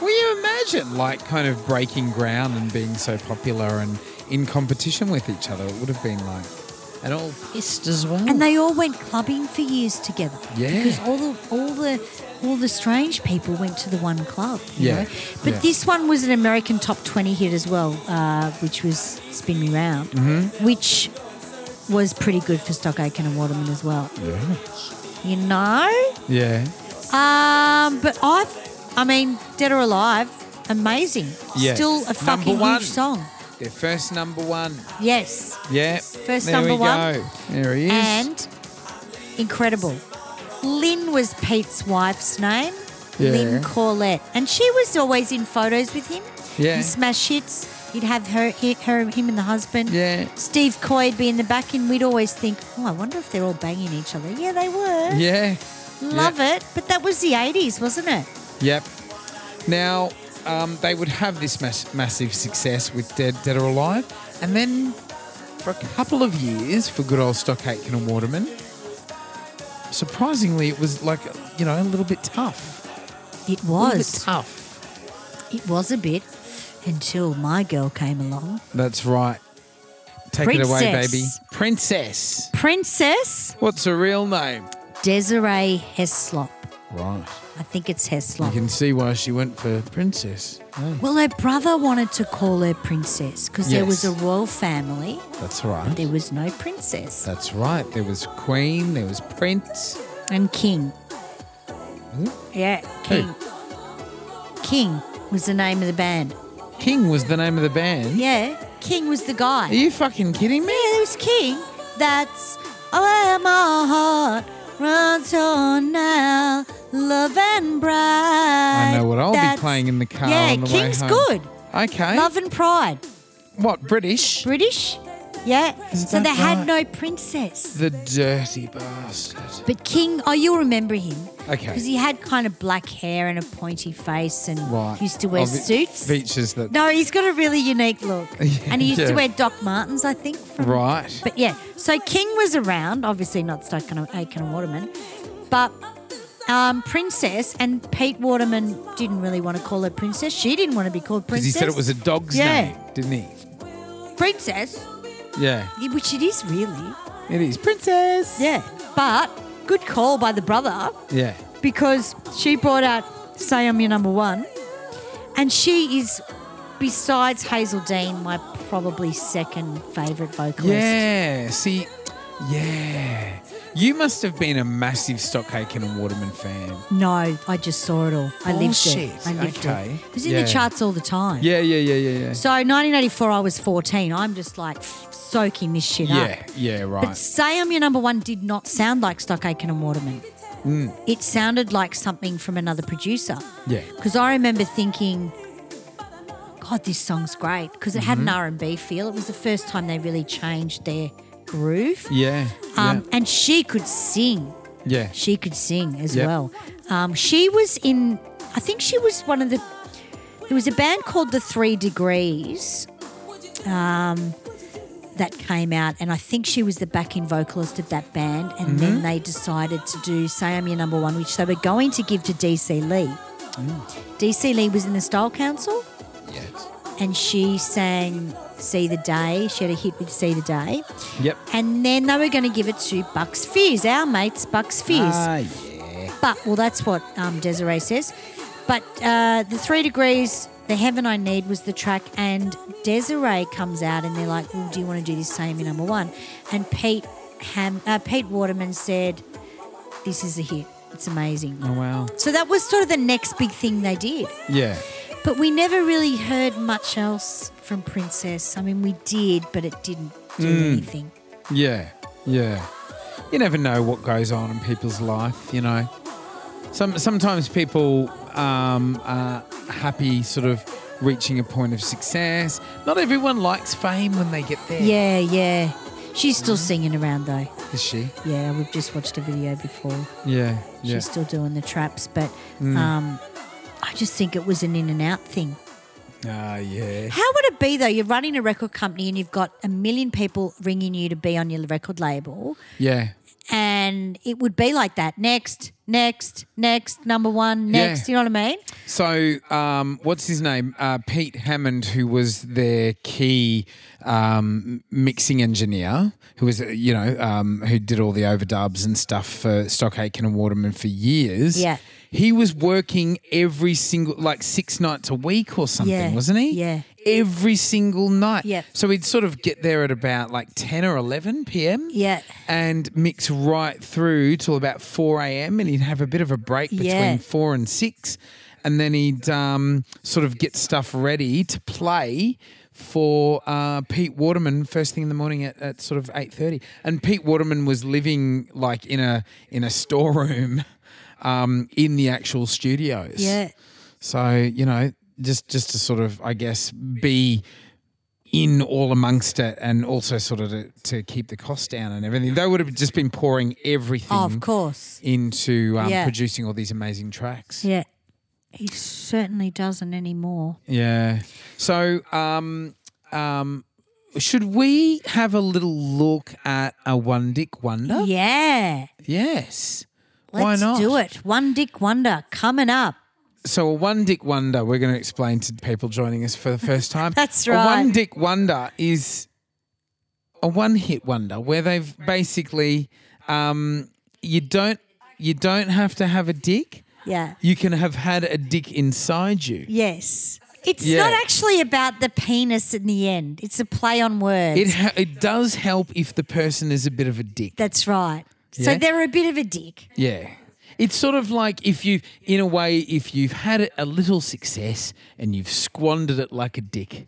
S1: Well, you imagine, like, kind of breaking ground and being so popular and in competition with each other. It would have been like, and all pissed as well.
S2: And they all went clubbing for years together.
S1: Yeah.
S2: Because all the all the all the strange people went to the one club. you
S1: Yeah,
S2: know? But
S1: yeah.
S2: this one was an American top twenty hit as well, uh, which was Spin Me Round,
S1: Mm-hmm.
S2: which was pretty good for Stock Aitken and Waterman as well.
S1: yeah.
S2: You know.
S1: Yeah.
S2: Um, but I've, I mean, Dead or Alive, amazing.
S1: Yeah.
S2: Still a
S1: Number
S2: fucking
S1: one.
S2: huge song.
S1: Their first number one.
S2: Yes,
S1: Yeah.
S2: First
S1: there
S2: number
S1: we
S2: one.
S1: Go. There he is.
S2: and incredible. Lynn was Pete's wife's name,
S1: Yeah.
S2: Lynn Corlett, and she was always in photos with him.
S1: Yeah.
S2: in smash hits. You'd have her, he- her, him, and the husband.
S1: Yeah.
S2: Steve Coy'd be in the back, and we'd always think, "Oh, I wonder if they're all banging each other." Yeah, they were.
S1: Yeah.
S2: Love it, but that was the '80s, wasn't it?
S1: Yep. Now, um, they would have this mass- massive success with Dead, Dead or Alive, and then for a couple of years, for good old Stock Aitken and Waterman, surprisingly, it was like, you know, a little bit tough.
S2: It
S1: A little bit
S2: was.
S1: tough.
S2: It was a bit until my girl came along.
S1: That's right. Take it away,
S2: Princess.
S1: baby. Princess.
S2: Princess
S1: What's her real name?
S2: Desiree Heslop.
S1: Right.
S2: I think it's
S1: You
S2: Heslop.
S1: can see why she went for Princess.
S2: Well, her brother wanted to call her princess because there was a
S1: Yes.
S2: royal family.
S1: That's right.
S2: There was no princess
S1: That's right. There was Queen, there was Prince.
S2: and king.
S1: Hmm?
S2: Yeah, king. King was the name of the band.
S1: Hmm? King was the name of the band.
S2: Yeah, King was the guy.
S1: Are you fucking kidding me?
S2: Yeah, there was King. That's where my heart runs on now. Love and pride.
S1: I know what I'll
S2: That's-
S1: be playing in the car.
S2: Yeah,
S1: on the
S2: King's
S1: way home.
S2: good.
S1: Okay.
S2: Love and pride.
S1: What British?
S2: British. Yeah.
S1: Is
S2: so
S1: that
S2: they had
S1: right?
S2: no princess.
S1: The dirty bastard.
S2: But King, oh, you'll remember him.
S1: Okay.
S2: Because he had kind of black hair and a pointy face and
S1: Right.
S2: used to wear
S1: Oh, ve-
S2: suits.
S1: Features that.
S2: no, he's got a really unique look. and he used to
S1: Yeah.
S2: wear Doc Martens, I think. From,
S1: Right.
S2: But yeah, so King was around, obviously not Stoke and Aiken and Waterman, but um, Princess and Pete Waterman didn't really want to call her Princess. She didn't want to be called
S1: Because
S2: Princess.
S1: he said it was a dog's
S2: Yeah.
S1: name, didn't he?
S2: Princess,
S1: Yeah.
S2: which it is really.
S1: It is princess.
S2: Yeah. But good call by the brother
S1: Yeah.
S2: because she brought out Say I'm Your Number One, and she is, besides Hazel Dean, my probably second favourite vocalist.
S1: Yeah. See. Yeah. You must have been a massive Stockhaken and Waterman fan.
S2: No, I just saw it all. I lived it.
S1: Bullshit.
S2: I lived
S1: Okay.
S2: it. It was in
S1: Yeah.
S2: the charts all the time.
S1: Yeah, yeah, yeah, yeah, yeah.
S2: So 1984, I was 14. I'm just like soaking this shit up.
S1: Yeah, yeah,
S2: But
S1: right.
S2: Say I'm Your Number One did not sound like Stock Aitken and Waterman.
S1: Mm.
S2: It sounded like something from another producer.
S1: Yeah.
S2: Because I remember thinking, God, this song's great because it had an R and B feel. It was the first time they really changed their groove.
S1: Yeah.
S2: Um, And she could sing.
S1: yeah. yeah.
S2: She could sing as
S1: Yeah.
S2: well. Um, she was in. I think she was one of the. There was a band called the Three Degrees. Um, that came out, and I think she was the backing vocalist of that band. And then they decided to do "Say I'm Your Number One," which they were going to give to DC Lee. DC Lee was in the Style Council
S1: Yes.
S2: and she sang See the Day. She had a hit with See the Day.
S1: Yep.
S2: And then they were going to give it to Bucks Fizz, our mates Bucks Fizz.
S1: Ah, yeah.
S2: but, well, that's what um, Desiree says. But uh, the Three Degrees, The Heaven I Need was the track. And Desiree comes out and they're like, well, do you want to do this same in number one? And Pete, Ham, uh, Pete Waterman said, this is a hit. It's amazing.
S1: Oh, wow.
S2: So that was sort of the next big thing they did.
S1: Yeah.
S2: But we never really heard much else from Princess. I mean, we did, but it didn't do anything.
S1: Yeah, yeah. You never know what goes on in people's life, you know. Some sometimes people um, are happy, sort of reaching a point of success. Not everyone likes fame when they get there.
S2: Yeah, yeah. She's still singing around though.
S1: is she?
S2: Yeah, we've just watched a video before.
S1: Yeah,
S2: She's
S1: yeah. Mm.
S2: still doing the traps, but um, I just think it was an in and out thing.
S1: Ah, yeah.
S2: How would it be though? You're running a record company and you've got a million people ringing you to be on your record label,
S1: Yeah,
S2: and it would be like that. Next, next, next, number one, next. You know what I mean?
S1: So, um, what's his name? Uh, Pete Hammond, who was their key um, mixing engineer, who was, uh, you know, um, who did all the overdubs and stuff for Stock Aitken and Waterman for years.
S2: Yeah.
S1: He was working every single, like six nights a week or something,
S2: Yeah,
S1: wasn't he?
S2: yeah.
S1: Every single night.
S2: Yep.
S1: So he'd sort of get there at about like 10 or 11 p.m.
S2: Yeah.
S1: And mix right through till about 4 a.m. and he'd have a bit of a break between
S2: Yeah.
S1: four and six, and then he'd um, sort of get stuff ready to play for uh, Pete Waterman first thing in the morning at, at sort of eight thirty. And Pete Waterman was living like in a in a storeroom um, in the actual studios.
S2: Yeah.
S1: So you know, just just to sort of I guess be. In all amongst it, and also sort of to, to keep the cost down and everything, they would have just been pouring everything
S2: Oh, of course.
S1: into um,
S2: Yeah.
S1: producing all these amazing tracks.
S2: Yeah. He certainly doesn't anymore.
S1: Yeah. So, um, um, should we have a little look at a One Dick Wonder?
S2: Yeah.
S1: Yes.
S2: Let's
S1: Why not?
S2: do it. One Dick Wonder coming up.
S1: So, a One Dick Wonder, we're going to explain to people joining us for the first time.
S2: That's
S1: A
S2: right.
S1: One Dick Wonder is a one hit wonder where they've basically, um, you don't. You don't have to have a dick.
S2: Yeah.
S1: You can have had a dick inside you.
S2: Yes. It's
S1: Yeah.
S2: not actually about the penis in the end. It's a play on words.
S1: It ha- it does help if the person is a bit of a dick.
S2: That's right. So
S1: Yeah.
S2: they're a bit of a dick.
S1: Yeah. It's sort of like if you, in a way, if you've had a little success and you've squandered it like a dick.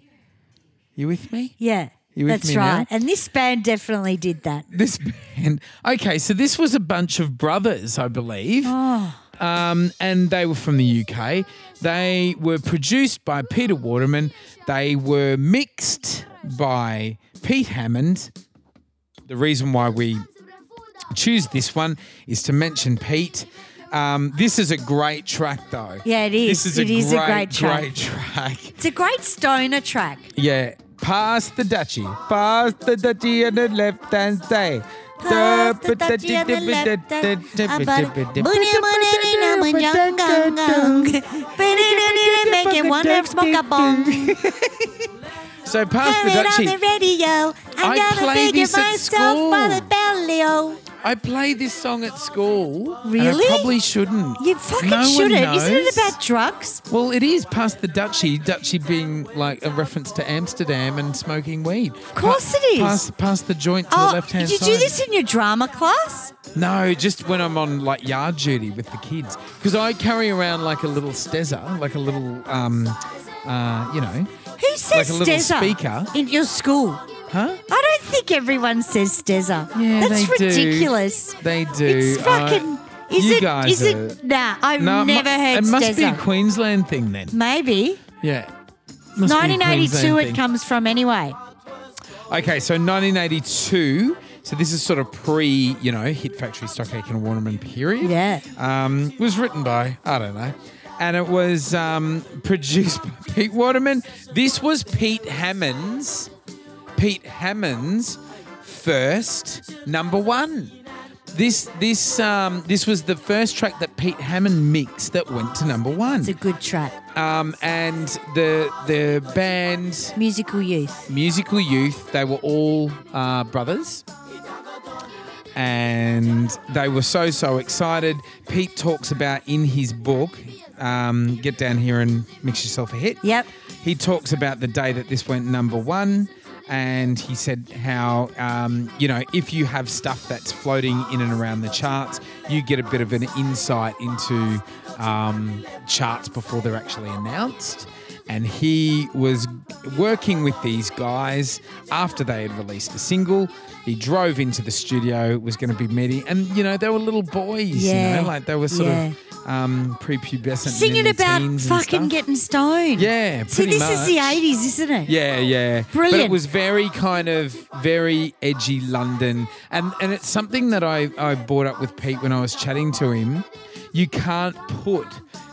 S1: You with me?
S2: Yeah.
S1: You with me
S2: That's
S1: now?
S2: right. And this band definitely did that.
S1: This band. Okay, so this was a bunch of brothers, I believe.
S2: Oh.
S1: Um, and they were from the UK. They were produced by Peter Waterman. They were mixed by Pete Hammond. The reason why we choose this one is to mention Pete. Um, this is a great track, though.
S2: Yeah, it is.
S1: This is
S2: It
S1: a
S2: is a
S1: great,
S2: great track.
S1: Great track.
S2: It's a great stoner track.
S1: Yeah. Pass the duchy. Pass the duchy on the left hand side. Pass the duchy on the left hand
S2: Make it wonder, smoke a bong.
S1: So pass
S2: Turn it on
S1: the
S2: the
S1: duchy.
S2: radio.
S1: I
S2: I'm gonna
S1: play
S2: figure
S1: this at
S2: myself by the
S1: school.
S2: belly. oh.
S1: I play this song at school. and
S2: Really?
S1: I probably shouldn't.
S2: You fucking
S1: No one
S2: shouldn't. Isn't it
S1: knows.
S2: about drugs?
S1: Well, it is past the duchy. Duchy being like a reference to Amsterdam and smoking weed. Of
S2: course it is.
S1: Pass, pass the joint to the
S2: Oh,
S1: left hand
S2: did you
S1: side.
S2: do this in your drama class?
S1: No, just when I'm on like yard duty with the kids, because I carry around like a little stezza, like a little, um, uh, you know,
S2: Who says
S1: a little
S2: Stezza
S1: speaker.
S2: in your school?
S1: huh?
S2: I don't think everyone says Stezza.
S1: Yeah,
S2: That's
S1: they do.
S2: ridiculous.
S1: They do.
S2: It's
S1: I-
S2: fucking. Is
S1: you
S2: it?
S1: guys
S2: is it?
S1: are-
S2: Nah, I've
S1: No, it mu-
S2: never heard
S1: It must be a
S2: Stezza.
S1: Queensland thing then.
S2: Maybe.
S1: Yeah. Must be a
S2: 1982
S1: Queensland
S2: it
S1: thing.
S2: comes from anyway.
S1: Okay, so 1982. So this is sort of pre, you know, Hit Factory, Stockake and Warnerman period.
S2: Yeah.
S1: Um, it was written by, I don't know. And it was um, produced by Pete Waterman. This was Pete Hammond's, Pete Hammond's first number one. This this um, this was the first track that Pete Hammond mixed that went to number one.
S2: It's a good track.
S1: Um, and the the band
S2: Musical Youth.
S1: musical youth. They were all uh, brothers. And they were so, so excited. Pete talks about in his book, um, Get Down Here and Mix Yourself a Hit.
S2: Yep.
S1: He talks about the day that this went number one. And he said how, um, you know, if you have stuff that's floating in and around the charts, you get a bit of an insight into um, charts before they're actually announced. And he was working with these guys after they had released a single. He drove into the studio, was going to be meeting, and you know they were little boys, you
S2: Yeah.
S1: know, like they were sort of um, prepubescent,
S2: Singing about
S1: mini-teens and
S2: fucking
S1: stuff.
S2: getting stoned.
S1: Yeah,
S2: See,
S1: pretty
S2: this is the
S1: much.
S2: 80s, isn't it?
S1: Yeah, yeah. But it
S2: Brilliant.
S1: was very kind of very edgy London. And and it's something that I, I brought up with Pete when I was chatting to him. You can't put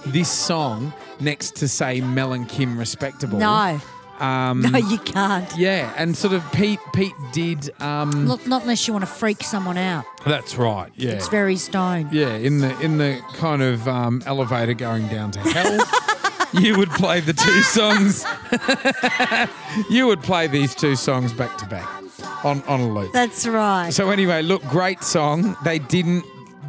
S1: this song next to say Mel and Kim respectable.
S2: No.
S1: Um
S2: No, you can't.
S1: yeah, and sort of Pete Pete did um
S2: Look, not unless you want to freak someone out.
S1: That's right. Yeah.
S2: It's very stoned.
S1: yeah, in the in the kind of um, elevator going down to hell. you would play the two songs. you would play these two songs back to back on on a loop.
S2: That's right.
S1: So anyway, look, great song. They didn't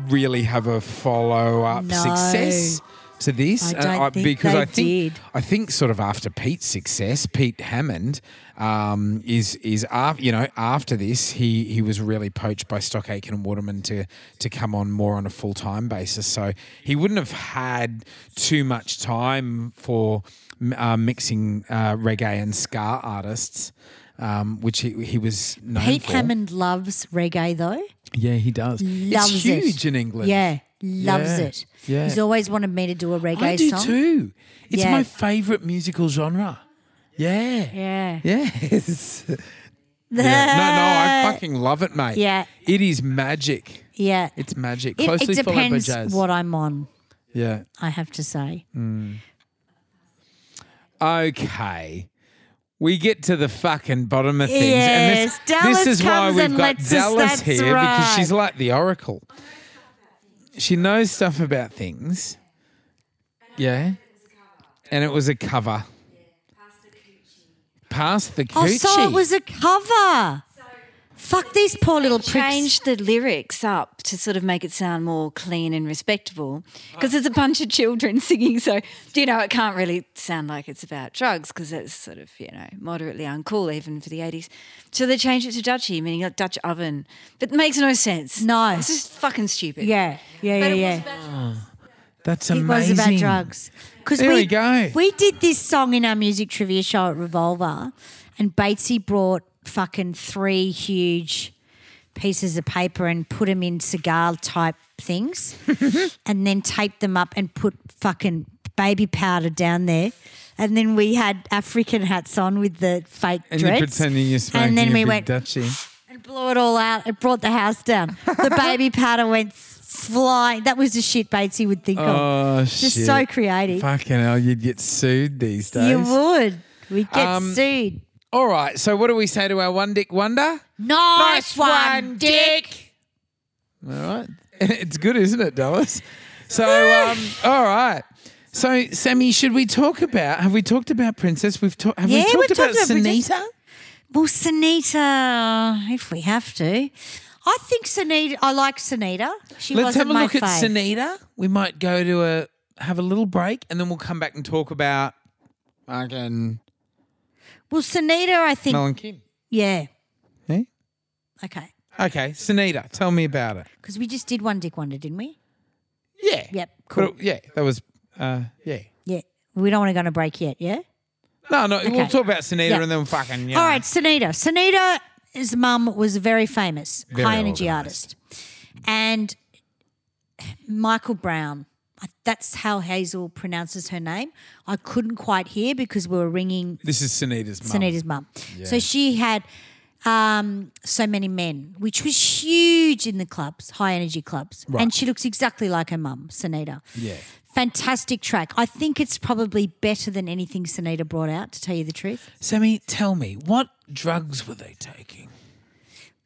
S1: really have a follow up
S2: No.
S1: success to this uh,
S2: I don't think
S1: because
S2: they
S1: I think
S2: did.
S1: I think sort of after Pete's success, Pete Hammond um, is is af- you know after this he he was really poached by Stock Aitken and Waterman to to come on more on a full time basis. So he wouldn't have had too much time for m- uh, mixing uh, reggae and ska artists. Um, which he, he was known
S2: Pete
S1: for.
S2: Hammond loves reggae, though.
S1: Yeah, he does.
S2: Loves
S1: it's
S2: it.
S1: huge in England.
S2: Yeah, loves
S1: Yeah,
S2: it.
S1: yeah.
S2: He's always wanted me to do a reggae
S1: I do
S2: song.
S1: too. It's
S2: Yeah.
S1: my favourite musical genre. Yeah.
S2: Yeah.
S1: Yes. Yeah. No, no, I fucking love it, mate.
S2: Yeah.
S1: It is magic.
S2: Yeah.
S1: It's magic.
S2: It-
S1: Closely
S2: it,
S1: followed by
S2: depends
S1: jazz. Mm-hmm.
S2: what I'm on,
S1: yeah.
S2: I have to say.
S1: Okay. We get to the fucking bottom of things.
S2: Yes,
S1: and this,
S2: Dallas
S1: this is why
S2: comes
S1: we've
S2: and
S1: got
S2: lets us-
S1: Dallas
S2: that's
S1: here because
S2: right.
S1: she's like the oracle. She knows stuff about things. Yeah. And it was a cover. Past the
S2: Oh,
S1: coochie.
S2: so it was a cover. Fuck these poor little pricks.
S5: Changed the lyrics up to sort of make it sound more clean and respectable because there's a bunch of children singing. So, you know, it can't really sound like it's about drugs because that's sort of, you know, moderately uncool even for the 80s. So they changed it to Dutchy, meaning like Dutch oven. But it makes no sense.
S2: No.
S5: It's just fucking stupid.
S2: Yeah, yeah, yeah,
S5: But it was
S2: yeah.
S5: about-
S1: That's
S2: It was
S1: amazing.
S2: about drugs. Because
S1: There
S2: we,
S1: we go.
S2: We did this song in our music trivia show at Revolver, and Batesy brought fucking three huge pieces of paper and put them in cigar type things, and then taped them up and put fucking baby powder down there. And then we had African hats on with the fake
S1: And
S2: dreads.
S1: you're pretending you're smoking
S2: And then
S1: a
S2: we
S1: big
S2: went
S1: Dutchie.
S2: and blew it all out. It brought the house down. The baby powder went flying. That was the shit Batesy would think of.
S1: Oh,
S2: Just
S1: shit.
S2: so creative.
S1: Fucking hell, you'd get sued these days.
S2: You would. We'd get
S1: Um,
S2: sued.
S1: All right, so what do we say to our one dick wonder?
S2: Nice, one, dick.
S1: All right. It's good, isn't it, Dallas? So, um, all right. So, Sammy, should we talk about? Have we talked about Princess? We've talked. Have
S2: Yeah,
S1: we
S2: we've
S1: talked about
S2: talked about Princess.
S1: Sunita?
S2: Well, Sunita, if we have to. I think Sunita, I like Sunita. She
S1: Let's
S2: wasn't
S1: have a
S2: my
S1: look at
S2: fave.
S1: Sunita. We might go to a have a little break, and then we'll come back and talk about Mark and
S2: Well, Sunita, I think,
S1: Mel and Kim.
S2: yeah.
S1: Hey?
S2: Okay.
S1: Okay, Sunita, tell me about it.
S2: Because we just did One Dick Wonder, didn't we?
S1: Yeah.
S2: Yep,
S1: But it- yeah, that was. Uh, yeah.
S2: Yeah. We don't want to go on a break yet, yeah?
S1: No, no. We'll
S2: Okay.
S1: talk about Sunita,
S2: Yeah.
S1: and then fucking. You
S2: All
S1: know.
S2: right, Sunita. Sunita, his mum was a very famous,
S1: Very
S2: high energy
S1: organised.
S2: artist. And Michael Brown, that's how Hazel pronounces her name. I couldn't quite hear because we were ringing
S1: This is Sunita's mum.
S2: Sunita's mum. So she had um, so many men, which was huge in the clubs, high energy clubs. And she looks exactly like her mum, Sunita.
S1: Yeah.
S2: Fantastic track. I think it's probably better than anything Sunita brought out, to tell you the truth.
S1: Sammy, tell me, what drugs were they taking?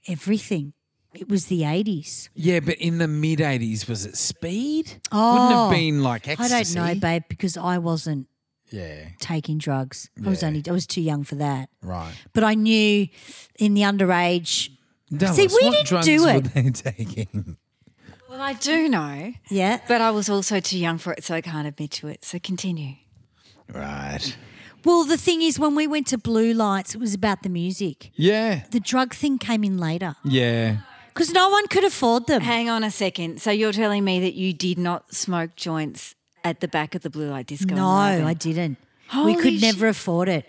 S2: Everything. It was the 80s.
S1: Yeah, but in the mid '80s, was it speed? wouldn't
S2: Oh.
S1: have been like
S2: I don't
S1: ecstasy.
S2: know, babe, because I wasn't
S1: Yeah,
S2: taking drugs. I was only I was too young for that.
S1: right.
S2: But I knew in the underage.
S1: Dallas,
S2: we
S1: what
S2: didn't
S1: drugs
S2: do
S1: were
S2: it.
S1: they taking?
S5: Well, I do know,
S2: Yeah.
S5: but I was also too young for it, so I can't admit to it. So continue.
S1: Right.
S2: Well, the thing is, when we went to Blue Lights, it was about the music.
S1: Yeah.
S2: The drug thing came in later
S1: Yeah.
S2: because no one could afford them.
S5: Hang on a second. So you're telling me that you did not smoke joints at the back of the blue light disco? in
S2: No, I
S5: Melbourne?
S2: didn't. we
S5: Holy
S2: could
S5: shit.
S2: never afford it.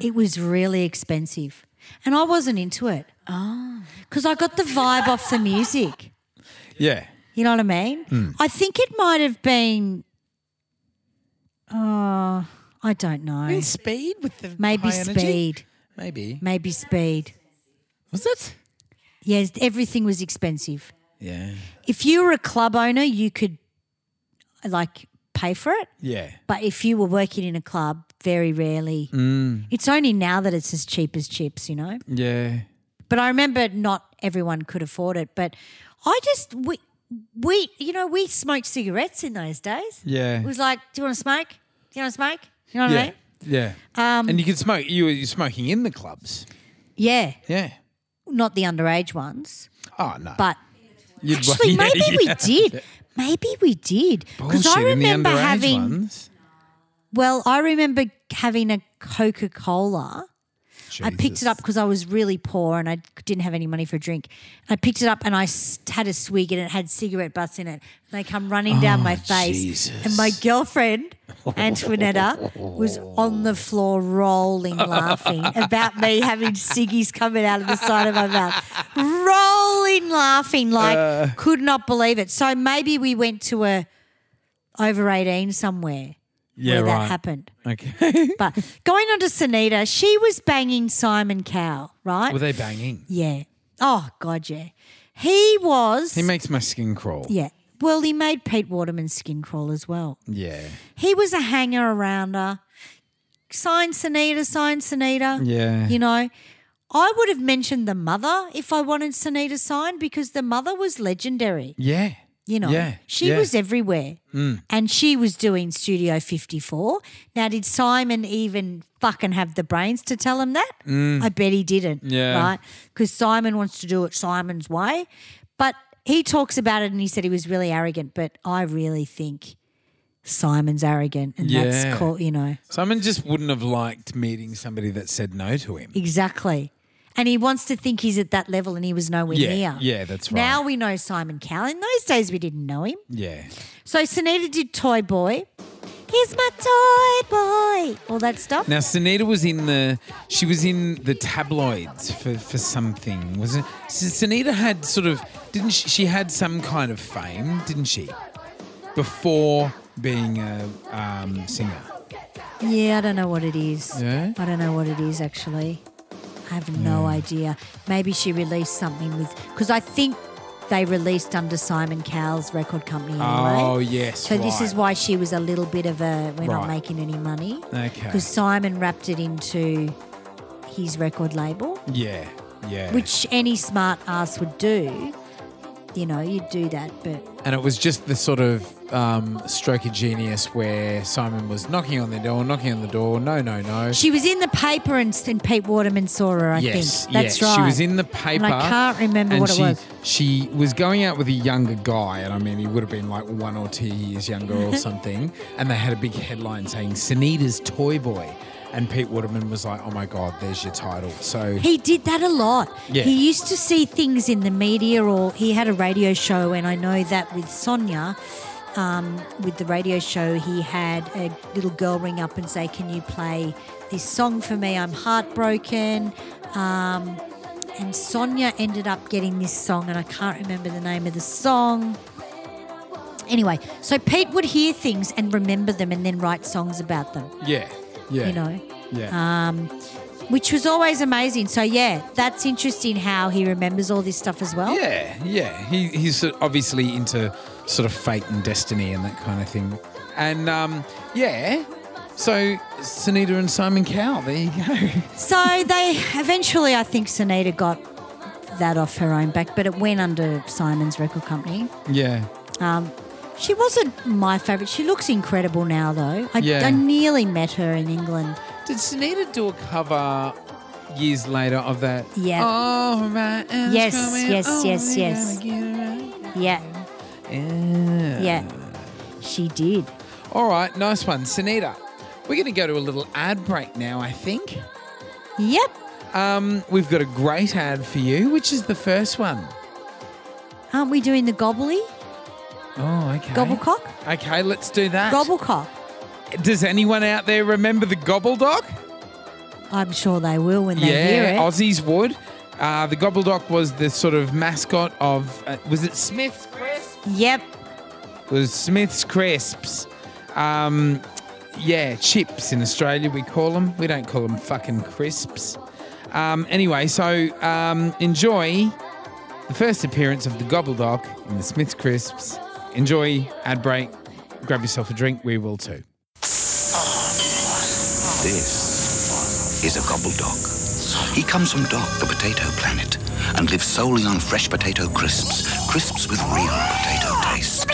S2: It was really expensive. And I wasn't into it. Oh. Because I got the vibe off the music.
S1: Yeah.
S2: You know what I mean?
S1: Hmm.
S2: I think it might have been. Oh, I don't know.
S1: speed with the
S2: Maybe
S1: high energy?
S2: speed.
S1: Maybe
S2: Maybe speed.
S1: was it?
S2: Yes, everything was expensive.
S1: Yeah.
S2: If you were a club owner, you could like pay for it.
S1: Yeah.
S2: But if you were working in a club, very rarely.
S1: Hmm.
S2: It's only now that it's as cheap as chips, you know?
S1: Yeah.
S2: But I remember not everyone could afford it. But I just, we, we you know, we smoked cigarettes in those days.
S1: Yeah.
S2: It was like, do you want to smoke? Do you want to smoke? You know what I
S1: yeah.
S2: mean?
S1: Yeah.
S2: Um,
S1: and you could smoke. You were smoking in the clubs.
S2: Yeah.
S1: Yeah.
S2: Not the underage ones,
S1: Oh no.
S2: but
S1: You'd-
S2: actually,
S1: yeah,
S2: maybe
S1: yeah.
S2: we did. Maybe we did. Because I
S1: Bullshit, in the
S2: remember
S1: underage
S2: having.
S1: ones.
S2: Well, I remember having a Coca Cola. I picked it up because I was really poor and I didn't have any money for a drink. I picked it up and I s- had a swig and it had cigarette butts in it. They come running down my face. And my girlfriend, Antoinetta, was on the floor rolling, laughing about me having ciggies coming out of the side of my mouth. Rolling, laughing, like could not believe it. So maybe we went to a over 18 somewhere
S1: Yeah.
S2: where
S1: Right.
S2: that happened.
S1: Okay.
S2: But going on to Sunita, she was banging Simon Cowell, right?
S1: were they banging?
S2: yeah. Oh God, yeah. He was.
S1: He makes my skin crawl.
S2: yeah. Well, he made Pete Waterman's skin crawl as well.
S1: Yeah.
S2: He was a hanger arounder. Sign Sunita, sign Sunita.
S1: Yeah.
S2: You know, I would have mentioned the mother if I wanted Sunita signed because the mother was legendary.
S1: Yeah.
S2: You know,
S1: Yeah,
S2: she
S1: yeah. Mm.
S2: was everywhere and she was doing Studio 54. Now, did Simon even fucking have the brains to tell him that? I bet he didn't.
S1: Mm. Yeah.
S2: Right? Because Simon wants to do it Simon's way. But he talks about it and he said he was really arrogant. But I really think Simon's arrogant and
S1: Yeah.
S2: that's called, you know,
S1: Simon just wouldn't have liked meeting somebody that said no to him.
S2: exactly. and he wants to think he's at that level, and he was nowhere
S1: Yeah,
S2: near.
S1: yeah, that's
S2: Now
S1: right.
S2: we know Simon Cowell. In those days, we didn't know him.
S1: Yeah.
S2: So Sunita did Toy Boy. He's my toy boy. All that stuff.
S1: Now, Sunita was in the she was in the tabloids for, for something, wasn't? it? So Sunita had sort of didn't she, she had some kind of fame, didn't she? Before being a um, singer,
S2: Yeah, I don't know what it is.
S1: Yeah?
S2: I don't know what it is actually. I have no idea. Maybe she released something with because I think they released under Simon Cowell's record company anyway.
S1: Oh, yes,
S2: So this is
S1: right.
S2: why she was a little bit of a we're not
S1: Right.
S2: making any money.
S1: Okay.
S2: Because Simon wrapped it into his record label,
S1: yeah, yeah.
S2: which any smart ass would do. You know, you'd do that, but
S1: and it was just the sort of um, stroke of genius where Simon was knocking on the door, knocking on the door, no, no, no.
S2: She was in the paper and, and Pete Waterman saw her, I
S1: yes,
S2: think. That's
S1: yes.
S2: right.
S1: She was in the paper.
S2: And I can't remember
S1: and
S2: what
S1: she,
S2: it was.
S1: She was going out with a younger guy, and I mean, he would have been like one or two years younger or something. And they had a big headline saying, Sunita's Toy Boy. And Pete Waterman was like, oh my God, there's your title. So,
S2: He did that a lot.
S1: Yeah.
S2: He used to see things in the media, or he had a radio show, and I know that with Sonia. Um, with the radio show, he had a little girl ring up and say, "Can you play this song for me? I'm heartbroken." Um, and Sonia ended up getting this song, and I can't remember the name of the song. Anyway, so Pete would hear things and remember them, and then write songs about them.
S1: yeah, yeah.
S2: You know.
S1: Yeah.
S2: Which was always amazing. So yeah, that's interesting how he remembers all this stuff as well.
S1: yeah, yeah. He, he's sort- obviously into sort of fate and destiny and that kind of thing. And um, yeah, so Sunita and Simon Cowell, there you go.
S2: So they eventually, I think Sunita got that off her own back, but it went under Simon's record company.
S1: yeah.
S2: She wasn't my favourite. She looks incredible now, though. I,
S1: Yeah.
S2: I nearly met her in England.
S1: Did Sunita do a cover years later of that?
S2: Yeah.
S1: All right. and it's
S2: Yes,
S1: coming
S2: yes,
S1: on,
S2: yes,
S1: you
S2: yes.
S1: gotta get it
S2: Yeah,
S1: right. Yeah.
S2: yeah, she did.
S1: All right, nice one, Sunita. We're going to go to a little ad break now, I think.
S2: Yep.
S1: Um, we've got a great ad for you, which is the first one.
S2: Aren't we doing the gobbly
S1: Oh, okay.
S2: gobblecock?
S1: Okay, let's do that.
S2: Gobblecock.
S1: Does anyone out there remember the gobble dog?
S2: I'm sure they will when they hear
S1: yeah,
S2: it.
S1: Aussies would. Uh, the gobbledock was the sort of mascot of, uh, was it Smith's Crest?
S2: yep.
S1: was Smith's crisps. Um, yeah, chips in Australia we call them. We don't call them fucking crisps. Um, anyway, so um, enjoy the first appearance of the Gobbledoc in the Smith's crisps. Enjoy ad break. Grab yourself a drink. We will too.
S6: This is a gobble dog. He comes from Doc, the potato planet, and lives solely on fresh potato crisps. Crisps with real potato taste.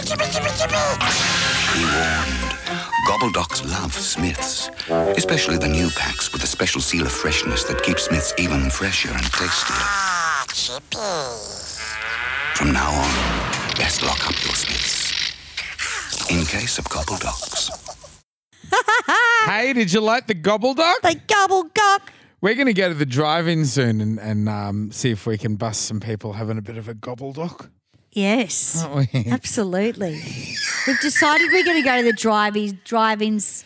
S6: Be warned, gobble dogs love Smiths, especially the new packs with a special seal of freshness that keeps Smiths even fresher and tastier. From now on, best lock up your Smiths. In case of gobble dogs.
S1: Hey, did you like the Gobbledoc?
S2: The gobblecock.
S1: We're going to go to the drive-in soon and, and um, see if we can bust some people having a bit of a Gobbledoc.
S2: Yes.
S1: Aren't we?
S2: Absolutely. We've decided we're going to go to the drive-ins, drive-ins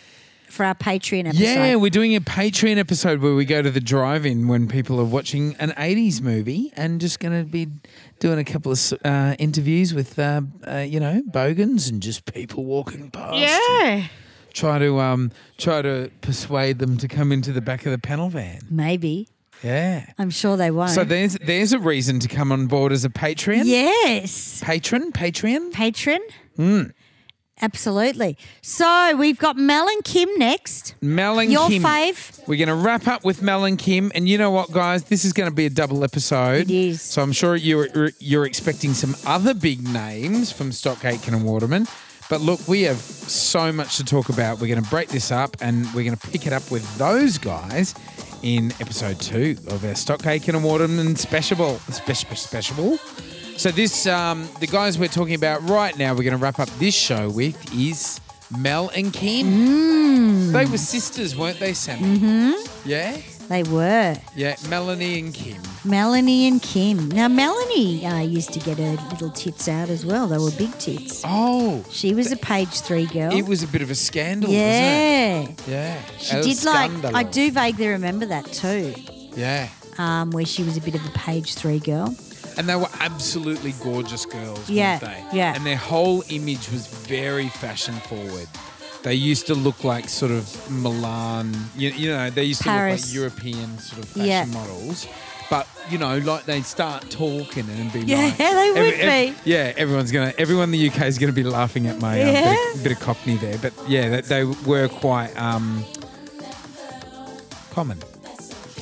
S2: for our Patreon episode.
S1: Yeah, we're doing a Patreon episode where we go to the drive-in when people are watching an '80s movie, and just going to be doing a couple of uh, interviews with, uh, uh, you know, bogans and just people walking past.
S2: yeah.
S1: Try to um, try to persuade them to come into the back of the panel van.
S2: Mm. Maybe.
S1: Yeah.
S2: I'm sure they won't.
S1: So there's there's a reason to come on board as a Patreon.
S2: yes.
S1: Patron, Patreon.
S2: Patron.
S1: Hmm.
S2: Absolutely. So we've got Mel and Kim next.
S1: Mel and
S2: Your
S1: Kim.
S2: fave.
S1: We're going to wrap up with Mel and Kim, and you know what, guys? This is going to be a double
S2: It
S1: episode.
S2: is.
S1: So I'm sure you're you're expecting some other big names from Stock Aitken and Waterman, but look, we have so much to talk about. We're going to break this up, and we're going to pick it up with those guys in episode two of our Stock Aitken and Waterman special special special. So this um, the guys we're talking about right now. We're going to wrap up this show with is.
S2: Mm.
S1: Mel and Kim. They were sisters, weren't they, Sammy? Yeah.
S2: They were.
S1: Yeah, Melanie and Kim.
S2: Melanie and Kim. Now, Melanie uh, used to get her little tits out as well. They were big tits.
S1: Oh,
S2: She was a page three girl.
S1: it was a bit of a scandal,
S2: yeah.
S1: wasn't it? Yeah.
S2: She
S1: El
S2: did like, I
S1: Scandalo.
S2: do vaguely remember that too,
S1: Yeah.
S2: um, where she was a bit of a page three girl.
S1: And they were absolutely gorgeous girls,
S2: Yeah,
S1: weren't they?
S2: yeah.
S1: And their whole image was very fashion forward. They used to look like sort of Milan, you, you know, they used
S2: Paris.
S1: to look like European sort of fashion
S2: Yeah.
S1: models. But, you know, like they'd start talking and be
S2: Yeah,
S1: like.
S2: they would
S1: be. Yeah, everyone's going to, everyone in the UK is going to be laughing at my um, bit of- bit,
S2: Yeah.
S1: of, cockney there. But yeah, they, they were quite um, common.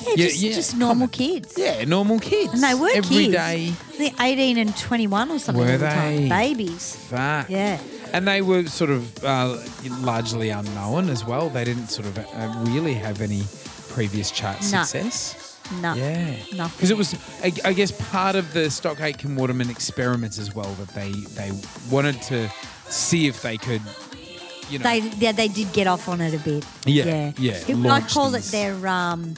S2: Yeah,
S1: Yeah,
S2: just,
S1: yeah,
S2: just normal
S1: common.
S2: kids.
S1: Yeah, normal kids.
S2: And they were
S1: Every
S2: kids.
S1: day.
S2: I think 18 and 21 or something.
S1: Were
S2: at the time.
S1: they?
S2: Babies.
S1: That.
S2: Yeah.
S1: And they were sort of uh, largely unknown as well. They didn't sort of uh, really have any previous chart
S2: No.
S1: success.
S2: No.
S1: Yeah.
S2: Nothing.
S1: Because it was, I, I guess, part of the Stock Aitken Waterman experiments as well that they, they wanted to see if they could, you know.
S2: They, they, they did get off on it a bit.
S1: Yeah,
S2: Yeah.
S1: yeah,
S2: It- I
S1: launch
S2: call
S1: these.
S2: it their. Um,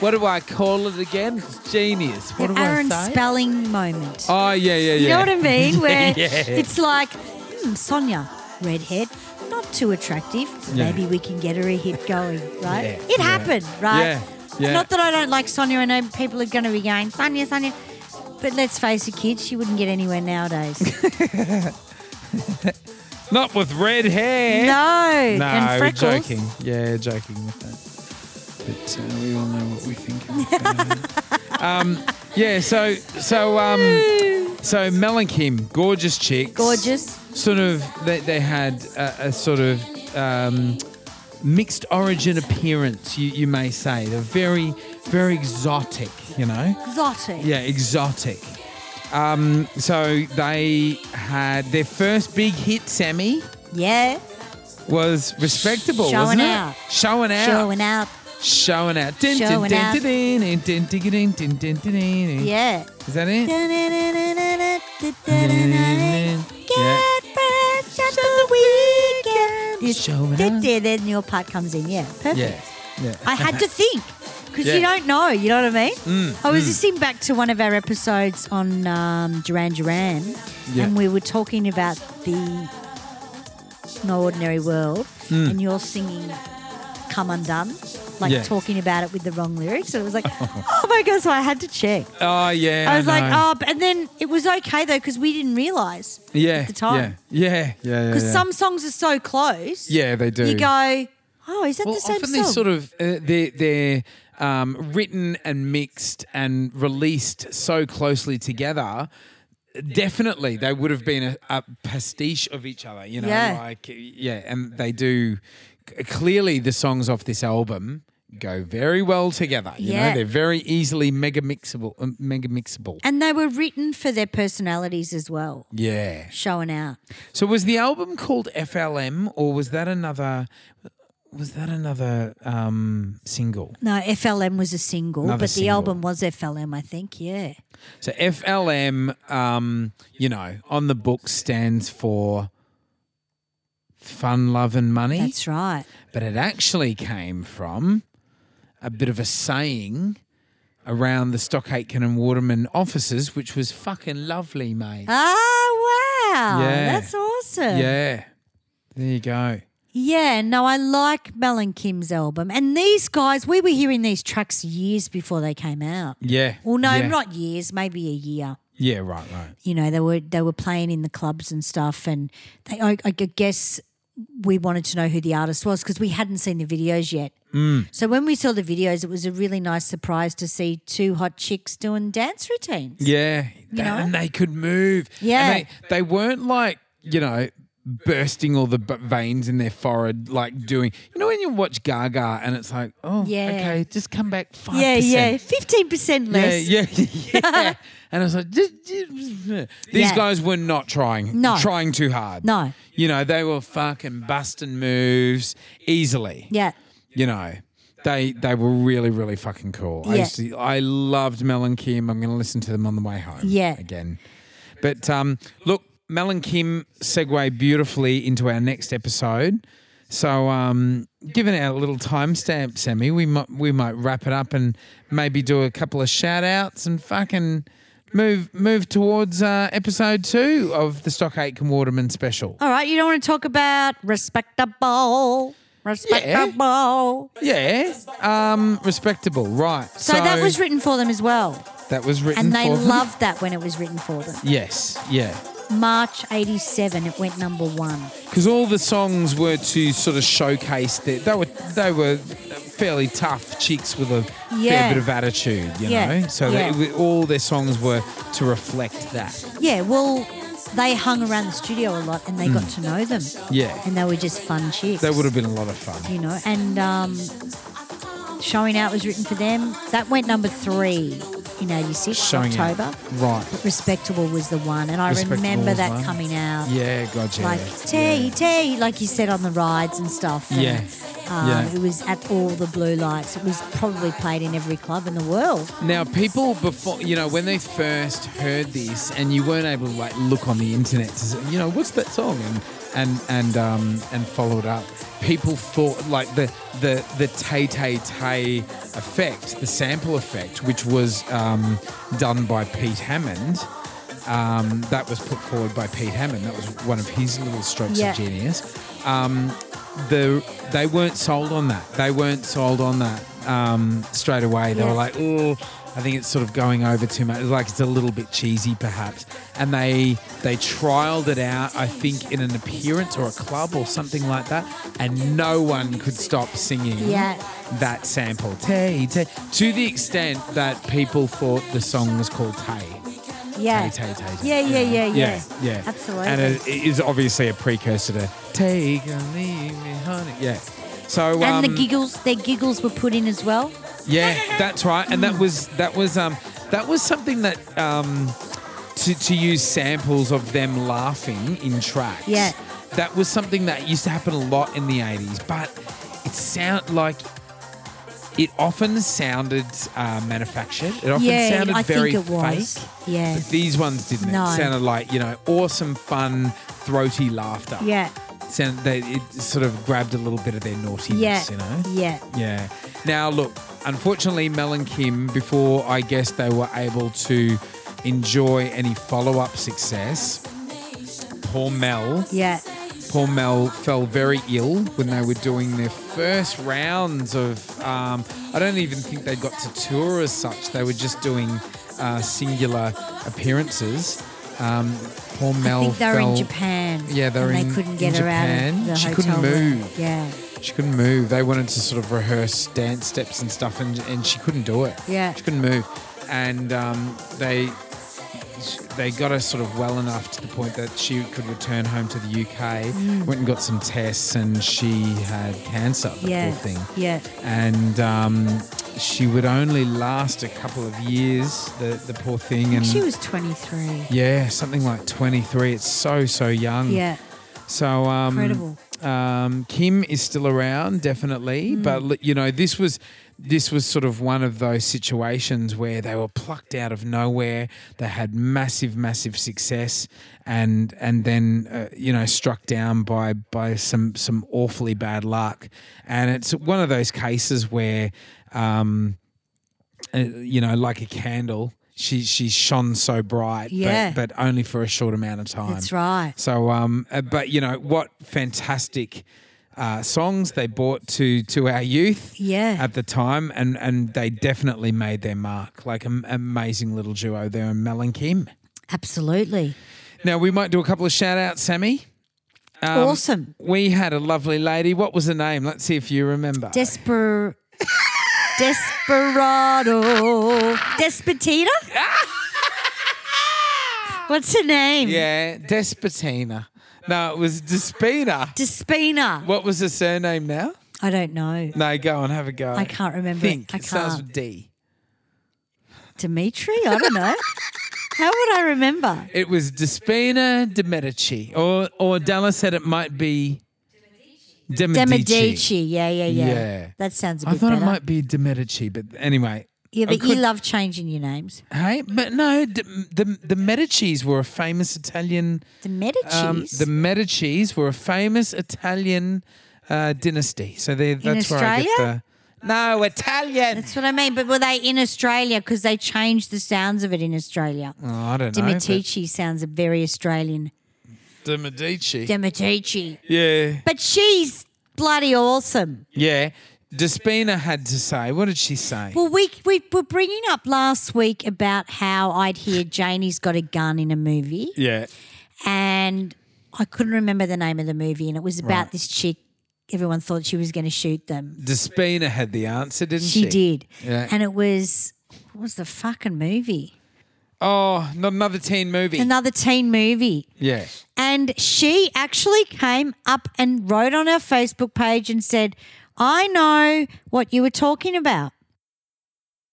S1: what do I call it again? It's genius. What eh?
S2: the
S1: do
S2: Aaron
S1: I say?
S2: Spelling moment.
S1: oh, yeah, yeah, yeah.
S2: You know what I mean? Where
S1: yeah.
S2: it's like, hmm, Sonia, redhead, not too attractive.
S1: Yeah.
S2: Maybe we can get her a hit going, right?
S1: Yeah,
S2: It
S1: yeah.
S2: happened, right?
S1: Yeah, yeah.
S2: Not that I don't like Sonia. I know people are going to be going, Sonia, Sonia. But let's face it, kids, she wouldn't get anywhere nowadays.
S1: Not with red hair.
S2: no.
S1: No,
S2: and
S1: we're
S2: freckles.
S1: joking. Yeah, joking with that. But uh, we all know what we think. Of that. um, yeah, so so um, so Mel and Kim, gorgeous chicks,
S2: Gorgeous.
S1: Sort of, they, they had a, a sort of um, mixed origin appearance. You, you may say they're very very exotic. You know.
S2: Exotic.
S1: Yeah, exotic. Um, so they had their first big hit, Sammy
S2: Yeah.
S1: was respectable,
S2: Showing
S1: wasn't
S2: out.
S1: it? Showing out.
S2: Showing out.
S1: Showing out. Din, din,
S2: Showing
S1: din,
S2: out.
S1: din, din, din, din, din, din, din, din, din.
S2: Yeah.
S1: Is that it? Yeah.
S2: Get fresh at the weekend. It's-
S1: Showing out.
S2: Then then your part comes in. Yeah. Perfect.
S1: Yeah. Yeah.
S2: I had to think because
S1: Yeah. Mm,
S2: you don't know. You know what I mean? I was listening back to one of our episodes on um, Duran Duran,
S1: Yeah.
S2: and we were talking about the No Ordinary World, and you're singing "Come Undone." Like
S1: Mm. Yeah.
S2: talking about it with the wrong lyrics, and it was like, oh my god! So I had to check.
S1: Oh yeah.
S2: I was like,
S1: know.
S2: oh, but- and then it was okay though because we didn't realize
S1: yeah,
S2: at oh, the time
S1: Yeah. Yeah. Yeah. Yeah.
S2: because
S1: yeah.
S2: some songs are so close.
S1: Yeah, they do.
S2: you go, oh, is that
S1: well,
S2: the same
S1: often
S2: song?
S1: they're sort of uh, they're they're um, written and mixed and released so closely together. Definitely, they would have been a, a pastiche of each other. You know,
S2: Yeah.
S1: like yeah, and they do. c- Clearly, the songs off this album go very well together. You know,
S2: Yeah.
S1: they're very easily mega mixable. um, mega mixable.
S2: And they were written for their personalities as well,
S1: yeah.
S2: showing out.
S1: So was the album called FLM, or was that another? Was that another um, single?
S2: No, FLM was a single,
S1: Another
S2: but the
S1: single.
S2: album was FLM, I think, yeah.
S1: So FLM, um, you know, on the book stands for fun, love, and money.
S2: That's right.
S1: But it actually came from a bit of a saying around the Stock Aitken and Waterman offices, which was fucking lovely, mate.
S2: Ah. Oh, wow.
S1: Yeah.
S2: That's awesome.
S1: yeah. There you go.
S2: Yeah, no, I like Mel and Kim's album. And these guys, we were hearing these tracks years before they came out.
S1: Yeah.
S2: Well, no,
S1: yeah.
S2: not years, maybe a year.
S1: Yeah, right, right.
S2: you know they were they were playing in the clubs and stuff and they i, I guess we wanted to know who the artist was because we hadn't seen the videos yet mm. so when we saw the videos it was a really nice surprise to see two hot chicks doing dance routines
S1: Yeah. They-
S2: know?
S1: And they could move. And
S2: Yeah.
S1: they, they weren't like, you know, bursting all the b- veins in their forehead, like doing, you know, when you watch Gaga and it's like, oh,
S2: Yeah.
S1: okay, just come back 5%.
S2: yeah yeah 15%
S1: Yeah,
S2: less
S1: yeah, yeah. and I was like, "Just- just- yeah." these
S2: Yeah.
S1: guys were not trying,
S2: No.
S1: trying too hard.
S2: No.
S1: you know, they were fucking busting moves easily.
S2: yeah
S1: you know, they they were really, really fucking cool. I
S2: Yeah.
S1: used to, I loved Mel and Kim. I'm going to listen to them on the way home.
S2: Yeah.
S1: again. But um, look, Mel and Kim segue beautifully into our next episode. So, um, given our little timestamp, Sammy, we might we might wrap it up and maybe do a couple of shout outs and fucking move move towards uh, episode two of the Stock Aitken Waterman special.
S2: All right, you don't want to talk about respectable, respectable.
S1: Yeah, um, respectable, right?
S2: So, that was written for them as well,
S1: that was written,
S2: and they
S1: for them.
S2: loved that when it was written for them.
S1: Yes, yeah.
S2: March '87, it went number one.
S1: because all the songs were to sort of showcase that they were they were fairly tough chicks with a
S2: Yeah.
S1: fair bit of attitude, you
S2: Yeah,
S1: know. So
S2: yeah.
S1: they, all their songs were to reflect that.
S2: Yeah, well, they hung around the studio a lot, and they got
S1: Hmm.
S2: to know them.
S1: Yeah.
S2: and they were just fun chicks.
S1: That would have been a lot of fun.
S2: you know, and um, Showing Out was written for them. That went number three in 86,
S1: Showing out.
S2: October.
S1: right?
S2: Respectable was the one, and I
S1: Respectable
S2: remember
S1: was
S2: that
S1: one.
S2: coming out.
S1: Yeah, gotcha.
S2: Like Tay, Tay, like you said on the rides and stuff. And,
S1: Yeah.
S2: Um,
S1: Yeah.
S2: It was at all the blue lights. It was probably played in every club in the world.
S1: Now, people before you know when they first heard this, and you weren't able to like look on the internet, to say, you know what's that song, and and and um and follow it up. People thought like the the the tay tay tay effect, the sample effect, which was um, done by Pete Hammond. Um, that was put forward by Pete Hammond. That was one of his little strokes
S2: Yeah.
S1: of genius. Um, the they weren't sold on that. They weren't sold on that um, straight away. They
S2: Yeah.
S1: were like, oh, I think it's sort of going over too much. Like it's a little bit cheesy, perhaps. And they they trialed it out, I think, in an appearance or a club or something like that, and no one could stop singing
S2: Yeah.
S1: that sample. Tay, tay, to the extent that people thought the song was called Tay.
S2: Yeah.
S1: Tay, tay, tay, tay.
S2: Yeah, yeah, yeah, yeah.
S1: Mm. Yeah, yeah.
S2: Absolutely.
S1: And it, it is obviously a precursor to Take and Leave Me, Honey. Yeah. So, um,
S2: And the giggles, their giggles were put in as well.
S1: yeah, that's right. And that was that was um that was something that um to, to use samples of them laughing in tracks.
S2: Yeah.
S1: That was something that used to happen a lot in the eighties, but it sound like it often sounded uh, manufactured. It often
S2: yeah,
S1: sounded
S2: I
S1: very
S2: think it was.
S1: fake.
S2: Yeah.
S1: But these ones didn't.
S2: No.
S1: It sounded like, you know, awesome, fun, throaty laughter.
S2: Yeah.
S1: Sound, they, it sort of grabbed a little bit of their naughtiness,
S2: Yeah.
S1: you know?
S2: Yeah.
S1: Yeah. Now, look, unfortunately, Mel and Kim, before I guess they were able to enjoy any follow up success, poor Mel.
S2: Yeah.
S1: Paul Mel fell very ill when they were doing their first rounds of. Um, I don't even think they got to tour as such. They were just doing uh, singular appearances. Um, Paul Mel
S2: I think they were in
S1: fell-
S2: Japan.
S1: Yeah, they
S2: and
S1: were
S2: they
S1: in-
S2: couldn't
S1: in
S2: get her out of
S1: Japan.
S2: the
S1: She couldn't
S2: hotel room.
S1: move.
S2: Yeah.
S1: She couldn't move. They wanted to sort of rehearse dance steps and stuff, and, and she couldn't do it.
S2: Yeah.
S1: she couldn't move, and um, they they got her sort of well enough to the point that she could return home to the UK.
S2: Mm.
S1: Went and got some tests, and she had cancer. The
S2: Yeah.
S1: poor thing.
S2: Yeah.
S1: And um, she would only last a couple of years. The the poor thing, and
S2: She was 23.
S1: yeah, something like twenty three. It's so so young.
S2: Yeah.
S1: So um,
S2: Incredible.
S1: Um, Kim is still around, definitely.
S2: Mm.
S1: But li- you know, this was this was sort of one of those situations where they were plucked out of nowhere. They had massive, massive success, and and then uh, you know struck down by by some some awfully bad luck. And it's one of those cases where. Um, uh, you know, like a candle. She she shone so bright,
S2: Yeah.
S1: but, but only for a short amount of time.
S2: That's right.
S1: So, um, uh, but you know what? Fantastic uh, songs they brought to to our youth,
S2: Yeah.
S1: at the time, and and they definitely made their mark. Like an amazing little duo there, Mel and Kim.
S2: Absolutely.
S1: Now we might do a couple of shout outs, Sammy. Um,
S2: awesome.
S1: We had a lovely lady. What was her name? Let's see if you remember.
S2: Desper. Desperado. Despotita? What's her name?
S1: yeah, Despotina. No, it was Despina.
S2: Despina.
S1: What was her surname now?
S2: I don't know.
S1: No, go on, have a go.
S2: I can't remember. it.
S1: Think.
S2: I
S1: It starts
S2: can't.
S1: with D.
S2: Dimitri? I don't know. How would I remember?
S1: It was Despina de Medici, or or Della said it might be de
S2: De
S1: Medici.
S2: Medici. Yeah, yeah, yeah.
S1: Yeah.
S2: That sounds a bit
S1: I thought
S2: better.
S1: it might be de Medici, but anyway.
S2: yeah,
S1: I
S2: but you
S1: could-
S2: love changing your names.
S1: Hey, but no, the the, the Medicis were a famous Italian.
S2: The Medici.
S1: Um, the Medicis were a famous Italian uh, dynasty. So they, that's where I
S2: Australia?
S1: get the. No, Italian.
S2: That's what I mean. But were they in Australia? Because they changed the sounds of it in Australia.
S1: Oh, I don't
S2: De
S1: know.
S2: Medici sounds very Australian.
S1: The Medici.
S2: De Medici.
S1: yeah.
S2: But she's bloody awesome.
S1: Yeah. Despina had to say, what did she say?
S2: Well, we, we were bringing up last week about how I'd hear Janie's got a gun in a movie.
S1: yeah.
S2: and I couldn't remember the name of the movie, and it was about this chick. Everyone thought she was going to shoot them.
S1: Despina had the answer, didn't she?
S2: She did,
S1: Yeah.
S2: and it was what was the fucking movie?
S1: Oh, not another teen movie.
S2: Another teen movie.
S1: yeah.
S2: And she actually came up and wrote on her Facebook page and said, "I know what you were talking about."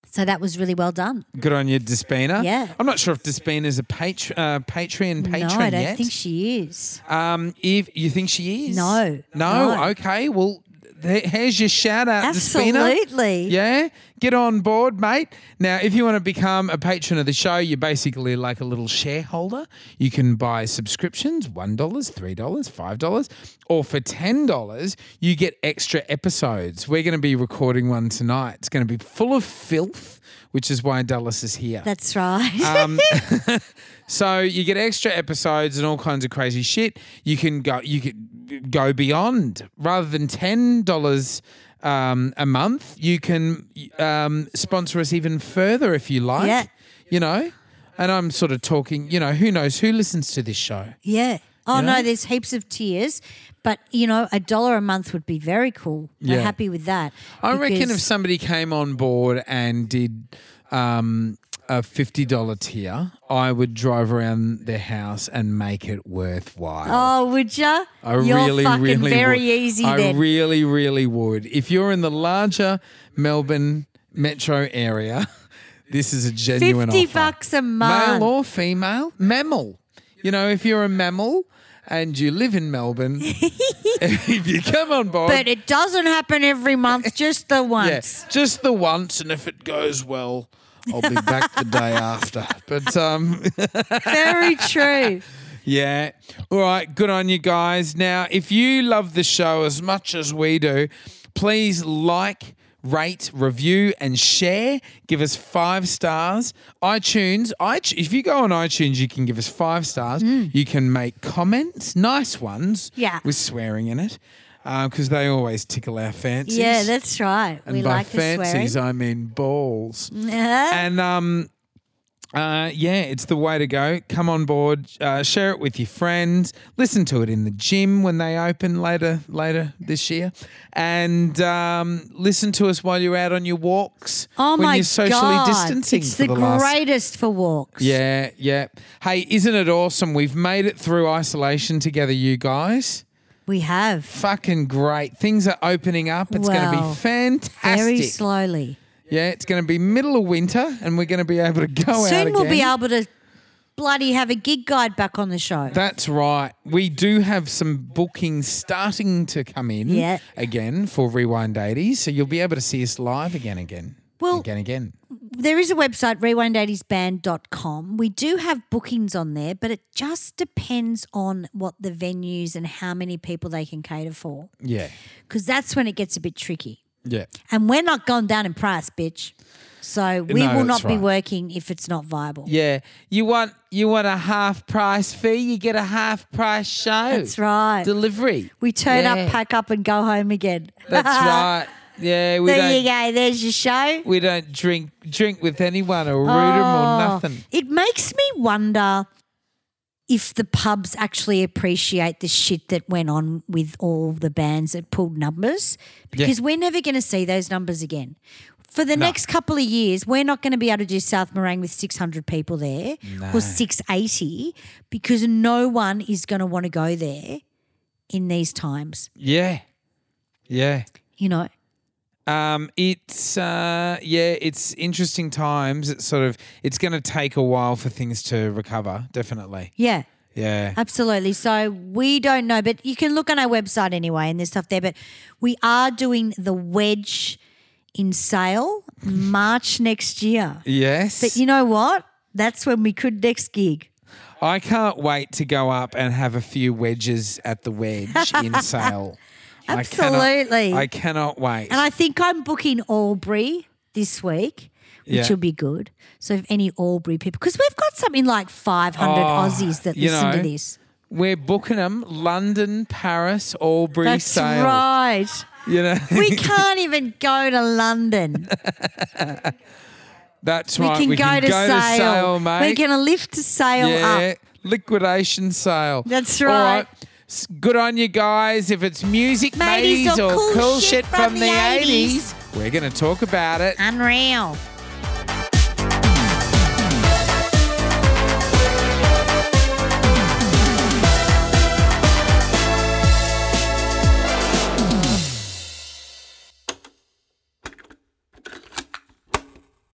S2: So that was really well done.
S1: Good on you, Despina.
S2: Yeah.
S1: I'm not sure if Despina's a patr- uh, Patreon patron
S2: no, I don't
S1: yet.
S2: think she is.
S1: um, if you think she is,
S2: No,
S1: no,
S2: no.
S1: okay. Well, there, here's your shout out, Despina.
S2: Absolutely.
S1: Yeah, get on board, mate. Now, if you want to become a patron of the show, you're basically like a little shareholder. You can buy subscriptions $1, $3, $5, or for $10, you get extra episodes. We're going to be recording one tonight. It's going to be full of filth, which is why Dallas is here.
S2: That's right.
S1: So you get extra episodes and all kinds of crazy shit. You can go you could go beyond rather than ten dollars um, a month. You can um, sponsor us even further if you like.
S2: Yeah.
S1: You know, and I'm sort of talking. You know, who knows who listens to this show?
S2: Yeah. Oh
S1: know?
S2: no, there's heaps of tiers, but you know, a dollar a month would be very cool.
S1: Yeah.
S2: We're happy with that.
S1: I reckon if
S2: because-
S1: somebody came on board and did um, a fifty dollar tier, I would drive around their house and make it worthwhile.
S2: Oh, would ya?
S1: I
S2: You're
S1: really,
S2: fucking
S1: really
S2: very
S1: would.
S2: easy
S1: I
S2: then.
S1: really, really would. If you're in the larger Melbourne metro area, this is a genuine
S2: Fifty
S1: offer.
S2: bucks a month.
S1: Male or female, mammal. You know, if you're a mammal and you live in Melbourne, if you come on board,
S2: but it doesn't happen every month, just the
S1: yeah,
S2: once.
S1: just the once, and if it goes well, I'll be back the day after. But um,
S2: Very true.
S1: Yeah. All right. Good on you guys. Now, if you love the show as much as we do, please like, rate, review, and share. Give us five stars. iTunes. iTu- If you go on iTunes, you can give us five stars. You can make comments, nice ones.
S2: Mm. Yeah.
S1: With swearing in it, because they always tickle our fancies.
S2: Yeah, that's right.
S1: And
S2: we
S1: by
S2: like the
S1: fancies,
S2: swearing. Uh-huh.
S1: I mean balls.
S2: Yeah.
S1: And um, uh, yeah, it's the way to go. Come on board, uh, share it with your friends, listen to it in the gym when they open later later this year, and um, listen to us while you're out on your walks.
S2: oh
S1: when
S2: my
S1: you're socially
S2: God.
S1: distancing
S2: It's
S1: for
S2: the,
S1: the last
S2: greatest for walks.
S1: yeah, yeah. Hey, isn't it awesome? We've made it through isolation together, you guys.
S2: We have.
S1: Fucking great. Things are opening up. It's going to
S2: Well,
S1: be fantastic.
S2: Very slowly.
S1: Yeah, it's going to be middle of winter, and we're going to be able to go out
S2: Soon
S1: again.
S2: we'll be able to bloody have a gig guide back on the show.
S1: That's right. We do have some bookings starting to come in
S2: Yeah.
S1: again for Rewind 80s, so you'll be able to see us live again, again,
S2: Well-
S1: again, again.
S2: there is a website, rewind80sband.com. We do have bookings on there, but it just depends on what the venues and how many people they can cater for,
S1: Yeah,
S2: because that's when it gets a bit tricky.
S1: yeah.
S2: And we're not going down in price, bitch. So we
S1: No,
S2: will
S1: that's
S2: not be
S1: right.
S2: working if it's not viable.
S1: Yeah, you want you want a half price fee, you get a half price show.
S2: That's right.
S1: Delivery.
S2: we turn
S1: Yeah.
S2: up, pack up, and go home again.
S1: That's right. Yeah, we
S2: there
S1: don't
S2: you go. There's your show.
S1: we don't drink drink with anyone or root 'em
S2: Oh,
S1: or nothing.
S2: It makes me wonder if the pubs actually appreciate the shit that went on with all the bands that pulled numbers because we're never going to see those numbers again. For the next couple of years, we're not going to be able to do South Morang with 600 people there or 680 because no one is going to want to go there in these times,
S1: Yeah. Yeah.
S2: you know?
S1: Um, it's uh, yeah, it's interesting times. It's sort of it's going to take a while for things to recover. Definitely,
S2: Yeah.
S1: yeah.
S2: Absolutely. So we don't know, but you can look on our website anyway and there's stuff there. But we are doing the wedge in sale March next year.
S1: Yes,
S2: But you know what? That's when we could next gig.
S1: I can't wait to go up and have a few wedges at the wedge in sale. I cannot-
S2: Absolutely.
S1: I cannot wait.
S2: And I think I'm booking Albury this week, which
S1: Yeah.
S2: will be good. So if any Albury people, because we've got something like 500
S1: Oh,
S2: Aussies that
S1: you
S2: listen to
S1: know,
S2: this.
S1: We're booking them London, Paris, Albury
S2: That's
S1: sale.
S2: right.
S1: You know,
S2: We can't even go to London.
S1: that's
S2: We
S1: right.
S2: can,
S1: we
S2: go,
S1: can
S2: to, sale.
S1: mate.
S2: We're going to lift to sale
S1: yeah,
S2: up.
S1: liquidation sale.
S2: That's
S1: All
S2: right.
S1: right. S- Good on you guys. If it's music,
S2: Mateys
S1: mateys,
S2: or
S1: or
S2: cool
S1: cool
S2: shit
S1: shit
S2: from
S1: from
S2: the
S1: the 80s, we're going to talk about it.
S2: Unreal.